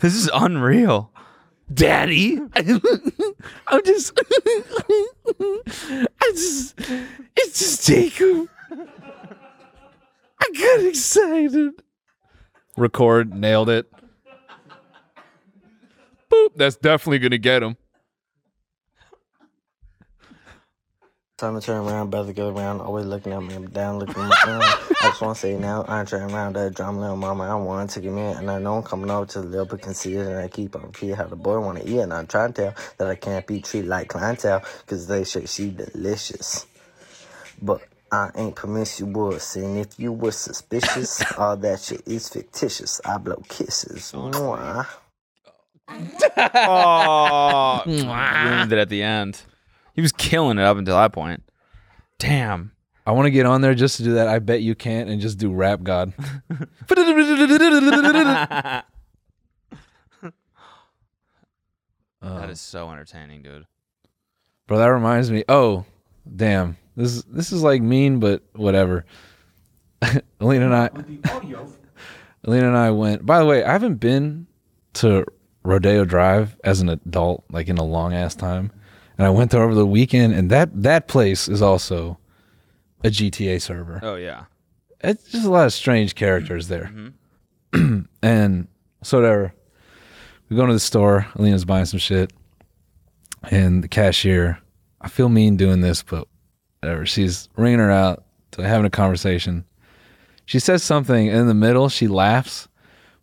Speaker 6: This is unreal.
Speaker 5: Daddy. I'm just. I just. It's just Jacob. I got excited. Record. Nailed it. Boop. That's definitely gonna get him.
Speaker 14: Time to turn around, brother, go around, always looking at me, I'm down, looking at me. down. I just want to say now, I turn around, that drama, little mama, I want to take a minute, and I know I'm coming over to the little bit conceited, and I keep on repeating how the boy want to eat, and I'm trying to tell that I can't be treated like clientele, because they should she delicious. But I ain't promiscuous, and if you were suspicious, all that shit is fictitious. I blow kisses. Mwah.
Speaker 6: oh, ruined it at the end. He was killing it up until that point. Damn.
Speaker 5: I want to get on there just to do that. I bet you can't, and just do rap god.
Speaker 6: that is so entertaining, dude.
Speaker 5: Bro, that reminds me. Oh, damn. This this is like mean, but whatever. Alina and I. Alina and I went. By the way, I haven't been to Rodeo Drive as an adult, like in a long ass time. And I went there over the weekend, and that that place is also a GTA server.
Speaker 6: Oh yeah.
Speaker 5: It's just a lot of strange characters there. and so whatever. We go into the store. Alina's buying some shit, and the cashier. I feel mean doing this, but whatever. She's ringing her out, to having a conversation. She says something and in the middle. She laughs,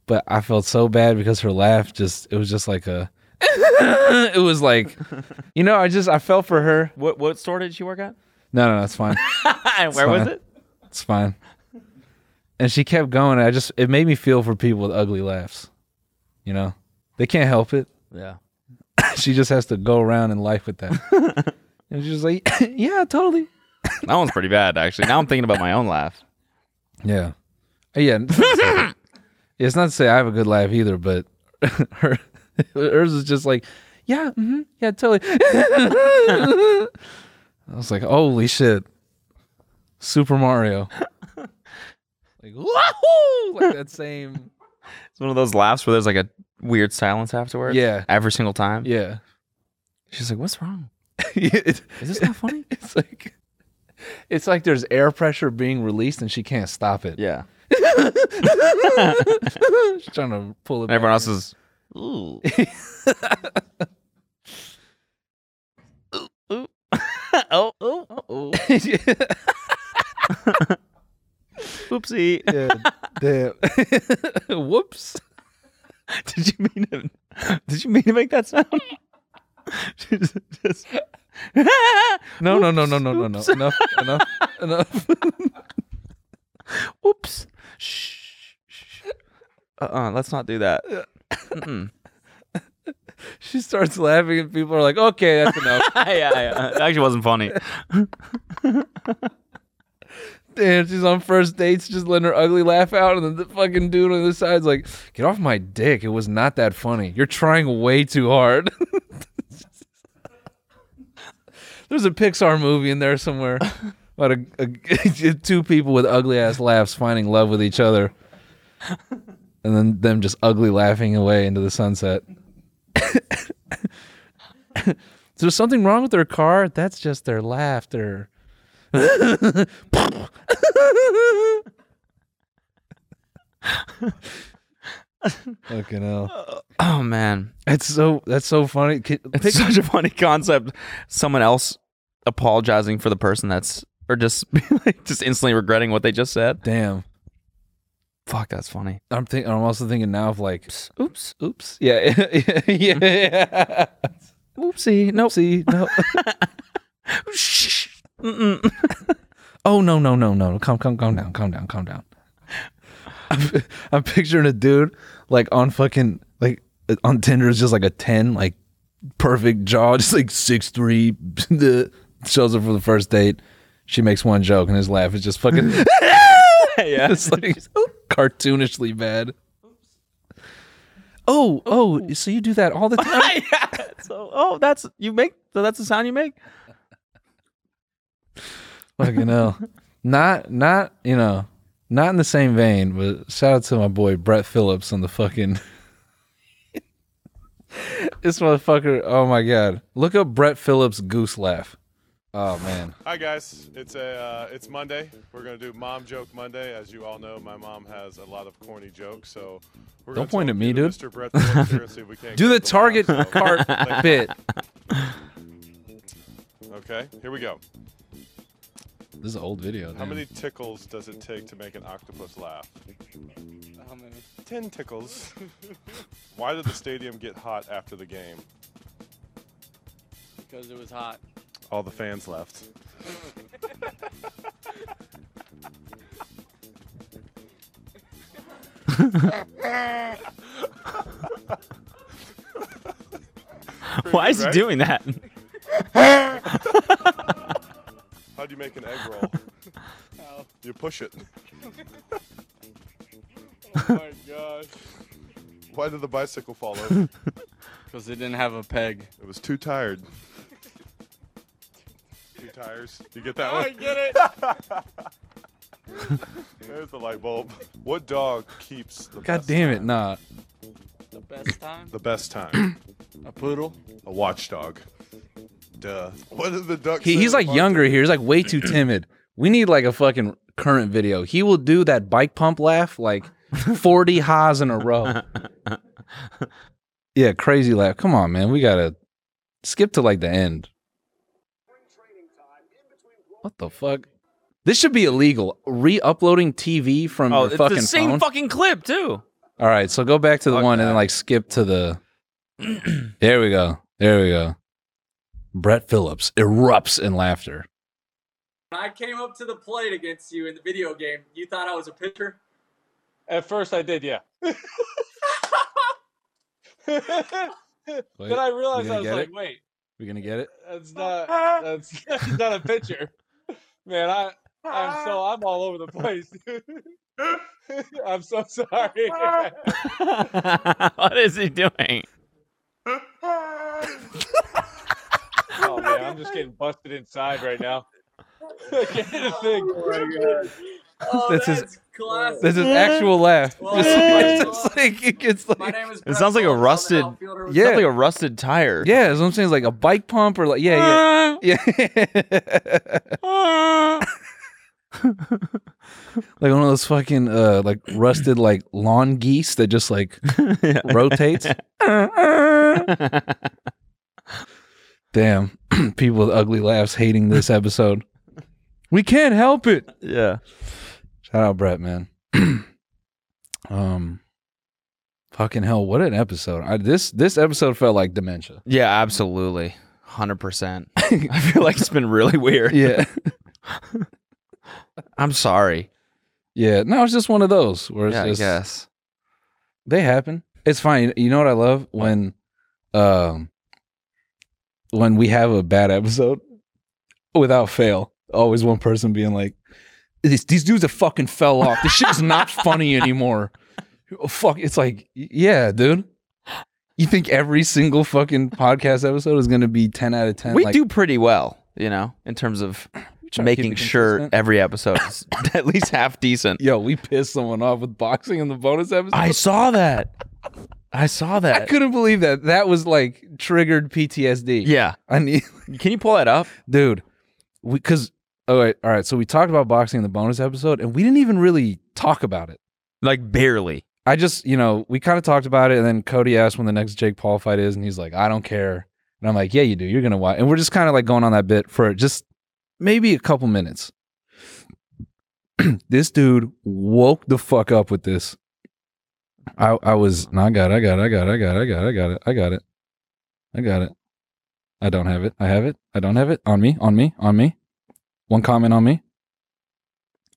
Speaker 5: but I felt so bad because her laugh just it was just like a. it was like, you know, I just I felt for her.
Speaker 6: What what store did she work at?
Speaker 5: No, no, that's fine.
Speaker 6: And
Speaker 5: It's
Speaker 6: where was
Speaker 5: fine.
Speaker 6: it?
Speaker 5: It's fine. And she kept going. And I just it made me feel for people with ugly laughs. You know, they can't help it.
Speaker 6: Yeah.
Speaker 5: she just has to go around in life with that. and she's like, yeah, totally.
Speaker 6: That one's pretty bad, actually. Now I'm thinking about my own laugh.
Speaker 5: Yeah. Uh, Yeah. it's not to say- it's not to say I have a good laugh either, but her, hers is just like, yeah, hmm yeah, totally. I was like, holy shit. Super Mario. like, wahoo! Like that same.
Speaker 6: It's one of those laughs where there's like a weird silence afterwards.
Speaker 5: Yeah.
Speaker 6: Every single time.
Speaker 5: Yeah.
Speaker 6: She's like, what's wrong?
Speaker 5: Is
Speaker 6: this not funny?
Speaker 5: It's like, it's like there's air pressure being released and she can't stop it.
Speaker 6: Yeah.
Speaker 5: She's trying to pull it. back
Speaker 6: And everyone else
Speaker 5: in.
Speaker 6: is, ooh. oh, oh, oh, oh. Oopsie.
Speaker 5: Yeah, damn. Whoops.
Speaker 6: Did you mean to, did you mean to make that sound? Just- just-
Speaker 5: No, no, no, no, no, no, no.
Speaker 6: Oops.
Speaker 5: Enough, enough, enough.
Speaker 6: Oops. Shh. shh. Uh-uh, let's not do that. Mm-mm.
Speaker 5: she starts laughing, and people are like, "Okay, that's enough."
Speaker 6: yeah, yeah. It actually wasn't funny.
Speaker 5: Damn, she's on first dates, just letting her ugly laugh out, and then the fucking dude on the side's like, "Get off my dick! It was not that funny. You're trying way too hard." There's a Pixar movie in there somewhere about a, a two people with ugly ass laughs finding love with each other, and then them just ugly laughing away into the sunset. Is there something wrong with their car? That's just their laughter. Fucking hell.
Speaker 6: Oh man,
Speaker 5: it's so that's so funny. Ki-
Speaker 6: It's such a funny concept. Someone else apologizing for the person that's or just like just instantly regretting what they just said.
Speaker 5: Damn.
Speaker 6: Fuck, that's funny.
Speaker 5: I'm thinking. I'm also thinking now of like,
Speaker 6: oops,
Speaker 5: oops, yeah, yeah, yeah.
Speaker 6: Oopsie, nope.
Speaker 5: Oopsie, no.
Speaker 6: Shh. Mm-mm.
Speaker 5: oh no, no, no, no! Calm, calm, calm down, calm down, calm down. I'm, I'm picturing a dude like on fucking like on Tinder is just like a ten, like perfect jaw, just like six three. The shows up for the first date. She makes one joke and his laugh is just fucking.
Speaker 6: yeah,
Speaker 5: it's like cartoonishly bad. Oh, oh, so you do that all the time?
Speaker 6: yeah. So, oh, that's you make. So that's the sound you make.
Speaker 5: Fucking hell. Not not you know, not in the same vein, but shout out to my boy Brett Phillips on the fucking This motherfucker, oh my god. Look up Brett Phillips goose laugh. Oh man.
Speaker 15: Hi guys, it's a uh, it's Monday. We're gonna do Mom Joke Monday. As you all know, my mom has a lot of corny jokes, so we're
Speaker 5: Don't
Speaker 15: gonna
Speaker 5: point at me, dude.
Speaker 15: Mr. Brett Phillips here and see if we can't
Speaker 5: Do the
Speaker 15: get the
Speaker 5: target
Speaker 15: laugh.
Speaker 5: cart
Speaker 15: Thank
Speaker 5: bit.
Speaker 15: talk. Okay, here we go.
Speaker 5: This is an old video.
Speaker 15: How
Speaker 5: damn.
Speaker 15: many tickles does it take to make an octopus laugh? How many? Ten tickles. Why did the stadium get hot after the game?
Speaker 16: Because it was hot.
Speaker 15: All the fans left.
Speaker 6: Why is he
Speaker 15: Right?
Speaker 6: doing that?
Speaker 15: How do you make an egg roll? You push it. oh my gosh. Why did the bicycle fall over? Because it didn't have a peg. It was too tired. Two tires. You get that
Speaker 13: Now
Speaker 15: one?
Speaker 13: I get
Speaker 15: it. There's the light bulb. What dog keeps the
Speaker 5: God
Speaker 15: best
Speaker 5: damn it,
Speaker 15: time?
Speaker 5: nah.
Speaker 15: The best time? The best time. a poodle? A watchdog. Duh. What did the duck
Speaker 5: He,
Speaker 15: say
Speaker 5: he's
Speaker 15: to
Speaker 5: like
Speaker 15: the
Speaker 5: younger here. He's like way too timid. We need like a fucking current video. He will do that bike pump laugh like 40 highs in a row. Yeah, crazy laugh. Come on, man. We gotta skip to like the end. What the fuck? This should be illegal. Re-uploading TV from
Speaker 6: oh,
Speaker 5: your
Speaker 6: it's
Speaker 5: fucking
Speaker 6: the same
Speaker 5: phone.
Speaker 6: fucking clip too.
Speaker 5: All right, so go back to the one and then like skip to the. there we go. There we go. Brett Phillips erupts in laughter.
Speaker 16: When I came up to the plate against you in the video game, you thought I was a pitcher? At first I did, yeah.
Speaker 5: Wait,
Speaker 17: then I realized
Speaker 5: we
Speaker 17: I
Speaker 5: gonna
Speaker 17: was
Speaker 5: get
Speaker 17: like,
Speaker 5: it?
Speaker 17: wait,
Speaker 5: We gonna get it?
Speaker 17: that's not that's, that's not a picture. Man, I I'm so I'm all over the place, dude. I'm so sorry.
Speaker 6: what is he doing?
Speaker 17: oh man, I'm just getting busted inside right now. I can't do the thing.
Speaker 16: Oh,
Speaker 5: That's
Speaker 16: that's,
Speaker 5: his-
Speaker 16: classic.
Speaker 5: that's his actual laugh. Just- just like, it gets like-
Speaker 16: My name is
Speaker 6: It sounds like a rusted.
Speaker 5: Yeah.
Speaker 6: Yeah, sounds like a rusted tire.
Speaker 5: Yeah, that's what I'm saying. Like a bike pump or like yeah, yeah, yeah. like one of those fucking uh like rusted like lawn geese that just like rotates. Damn, people with ugly laughs hating this episode. We can't help it.
Speaker 6: Yeah.
Speaker 5: Shout out Brett, man. um fucking hell, what an episode. I, this this episode felt like dementia.
Speaker 6: Yeah, absolutely, hundred percent. I feel like it's been really weird.
Speaker 5: Yeah.
Speaker 6: I'm sorry.
Speaker 5: Yeah, no, it's just one of those where it's
Speaker 6: Yeah, I
Speaker 5: just
Speaker 6: guess.
Speaker 5: they happen. It's fine. You know what I love when um when we have a bad episode without fail, always one person being like these, these dudes have fucking fell off. This shit's not funny anymore. Oh, fuck, it's like y- yeah, dude. You think every single fucking podcast episode is going to be 10 out of 10?
Speaker 6: we
Speaker 5: like,
Speaker 6: do pretty well, you know, in terms of
Speaker 5: try to
Speaker 6: making
Speaker 5: keep it
Speaker 6: sure
Speaker 5: consistent.
Speaker 6: every episode is at least half decent.
Speaker 5: Yo, we pissed someone off with boxing in the bonus episode.
Speaker 6: I saw that. I saw that.
Speaker 5: I couldn't believe that. That was like triggered PTSD.
Speaker 6: Yeah.
Speaker 5: I need
Speaker 6: Can you pull that up?
Speaker 5: Dude, we cuz all right, all right. So we talked about boxing in the bonus episode and we didn't even really talk about it.
Speaker 6: Like barely.
Speaker 5: I just, you know, we kind of talked about it and then Cody asked when the next Jake Paul fight is and he's like, "I don't care." And I'm like, "Yeah, you do. You're going to watch." And we're just kind of like going on that bit for just maybe a couple minutes. this dude woke the fuck up with this. I I was no, I got it, I got it, I got it, I got it, I got it, I got it, I got it. I got it. I don't have it. I have it. I don't have it. On me, on me, on me. One comment on me.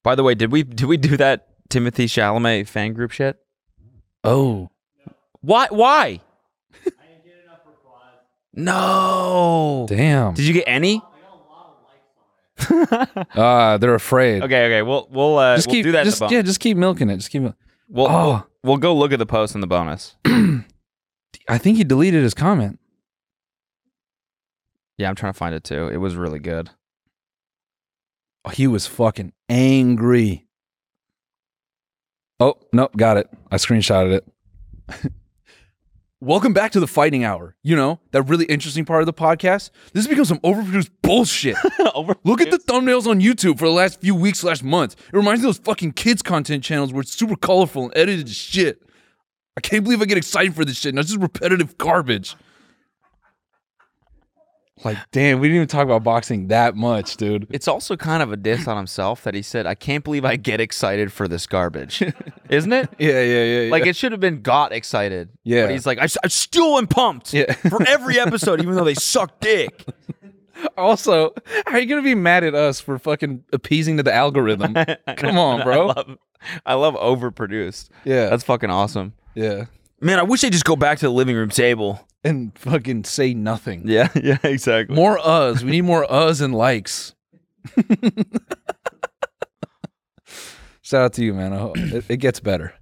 Speaker 6: By the way, did we did we do that Timothy Chalamet fan group shit?
Speaker 5: Oh.
Speaker 6: Why why? No.
Speaker 5: Damn.
Speaker 6: Did you get any?
Speaker 5: Ah, they're afraid.
Speaker 6: Okay, okay. We'll we'll uh,
Speaker 5: just
Speaker 6: we'll
Speaker 5: keep
Speaker 6: do that. in the
Speaker 5: just,
Speaker 6: bonus.
Speaker 5: yeah, just keep milking it. Just keep mil-
Speaker 6: We'll,
Speaker 5: Oh.
Speaker 6: we'll we'll go look at the post in the bonus.
Speaker 5: I think he deleted his comment.
Speaker 6: Yeah, I'm trying to find it too. It was really good.
Speaker 5: Oh, he was fucking angry. Oh, nope, got it. I screenshotted it. Welcome back to the fighting hour. You know, that really interesting part of the podcast. This has become some overproduced bullshit. Look at the thumbnails on YouTube for the last few weeks slash months. It reminds me of those fucking kids content channels where it's super colorful and edited as shit. I can't believe I get excited for this shit. Now it's just repetitive garbage. Like, damn, we didn't even talk about boxing that much, dude.
Speaker 6: It's also kind of a diss on himself that he said, "I can't believe I get excited for this garbage," isn't it?
Speaker 5: Yeah, yeah, yeah.
Speaker 6: Like
Speaker 5: yeah.
Speaker 6: it should have been got excited.
Speaker 5: Yeah.
Speaker 6: but he's like, I, s- I still am pumped for every episode, even though they suck dick.
Speaker 5: Also, how are you gonna be mad at us for fucking appeasing to the algorithm? Come on, bro.
Speaker 6: I love, I love overproduced.
Speaker 5: Yeah.
Speaker 6: That's fucking awesome.
Speaker 5: Yeah.
Speaker 6: Man, I wish they just go back to the living room table.
Speaker 5: And fucking say nothing.
Speaker 6: Yeah, yeah, exactly.
Speaker 5: More uhs. We need more uhs and likes. Shout out to you, man. I hope it, it gets better.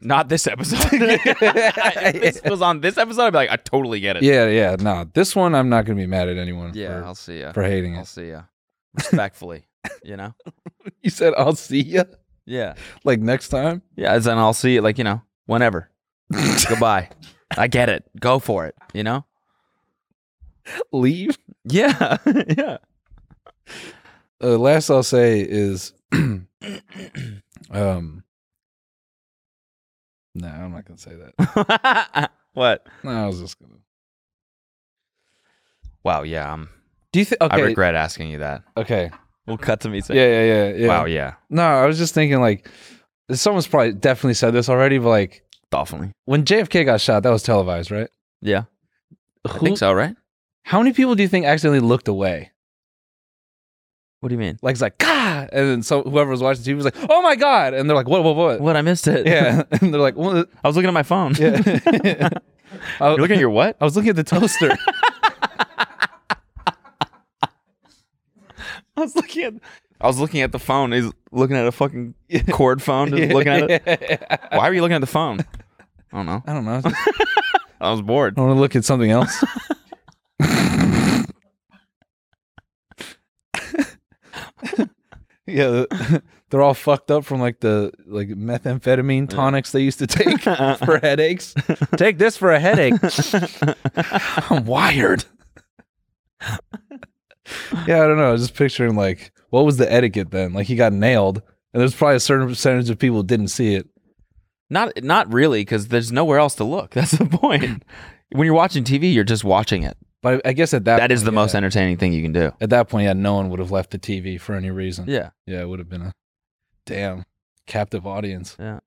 Speaker 6: Not this episode. if this was on this episode, I'd be like, I totally get it.
Speaker 5: Yeah, yeah. No, this one I'm not gonna be mad at anyone.
Speaker 6: Yeah,
Speaker 5: for,
Speaker 6: I'll see ya.
Speaker 5: for hating
Speaker 6: I'll
Speaker 5: it.
Speaker 6: see ya. Respectfully, you know?
Speaker 5: You said I'll see ya.
Speaker 6: Yeah.
Speaker 5: Like next time.
Speaker 6: Yeah, as in I'll see it like, you know, whenever. Goodbye. I get it. Go for it, you know?
Speaker 5: Leave.
Speaker 6: Yeah. yeah.
Speaker 5: Uh, last I'll say is, um, no, I'm not gonna say that.
Speaker 6: what?
Speaker 5: No, I was just gonna.
Speaker 6: Wow, yeah. Um,
Speaker 5: Do you think?
Speaker 6: I
Speaker 5: Okay.
Speaker 6: regret asking you that.
Speaker 5: Okay.
Speaker 6: We'll cut to me saying
Speaker 5: Yeah, yeah, yeah, yeah.
Speaker 6: Wow, yeah.
Speaker 5: No, I was just thinking like, someone's probably definitely said this already, but like,
Speaker 6: definitely
Speaker 5: when JFK got shot, that was televised, right?
Speaker 6: Yeah. I think so, right?
Speaker 5: How many people do you think accidentally looked away?
Speaker 6: What do you mean?
Speaker 5: Like it's like ah, and then so whoever was watching TV was like, oh my god, and they're like, what, what, what?
Speaker 6: What? I missed it.
Speaker 5: Yeah, and they're like, what?
Speaker 6: I was looking at my phone.
Speaker 5: Yeah. You're
Speaker 6: Oh. looking at your what?
Speaker 5: I was looking at the toaster.
Speaker 6: I was looking at I was looking at the phone. He's looking at a fucking cord phone. Just
Speaker 5: Yeah.
Speaker 6: looking at it. Why were you looking at the phone? I don't know.
Speaker 5: I don't know.
Speaker 6: I was bored.
Speaker 5: I want to look at something else. yeah, the- they're all fucked up from like the like methamphetamine tonics they used to take for headaches. Take this for a headache.
Speaker 6: Oh.
Speaker 5: I'm wired. yeah, I don't know. I was just picturing like what was the etiquette then? Like he got nailed, and there's probably a certain percentage of people who didn't see it.
Speaker 6: Not not really, because there's nowhere else to look. That's the point. when you're watching TV, you're just watching it.
Speaker 5: But I guess at that
Speaker 6: that is the most entertaining thing you can do.
Speaker 5: At that point, yeah, no one would have left the TV for any reason.
Speaker 6: Yeah.
Speaker 5: Yeah, it would have been a damn captive audience.
Speaker 6: Yeah.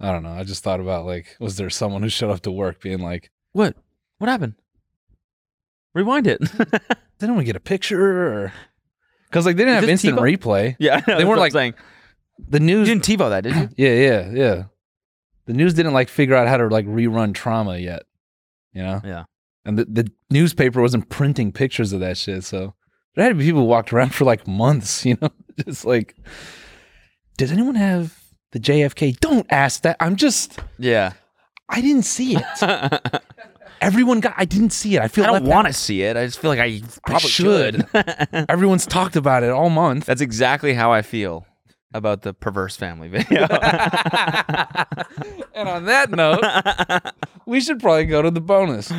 Speaker 5: I don't know. I just thought about like, was there someone who showed up to work being like,
Speaker 6: What? What happened? Rewind it.
Speaker 5: did anyone get a picture? Or... Because like they didn't
Speaker 6: Is
Speaker 5: have
Speaker 6: this
Speaker 5: instant
Speaker 6: TiVo?
Speaker 5: replay.
Speaker 6: Yeah, I know,
Speaker 5: they
Speaker 6: that's
Speaker 5: weren't
Speaker 6: what I'm
Speaker 5: like
Speaker 6: saying.
Speaker 5: the news.
Speaker 6: You didn't TiVo that, did you?
Speaker 5: yeah, yeah, yeah. The news didn't like figure out how to like rerun trauma yet. You know.
Speaker 6: Yeah.
Speaker 5: And the, the newspaper wasn't printing pictures of that shit, so there had to be people who walked around for like months. You know, just like, does anyone have the JFK? Don't ask that. I'm just.
Speaker 6: Yeah.
Speaker 5: I didn't see it. Everyone got. I didn't see it. I feel.
Speaker 6: I don't
Speaker 5: left
Speaker 6: want
Speaker 5: out.
Speaker 6: to see it. I just feel like I
Speaker 5: I
Speaker 6: probably
Speaker 5: should.
Speaker 6: should.
Speaker 5: Everyone's talked about it all month.
Speaker 6: That's exactly how I feel about the perverse family video.
Speaker 5: And on that note, we should probably go to the bonus.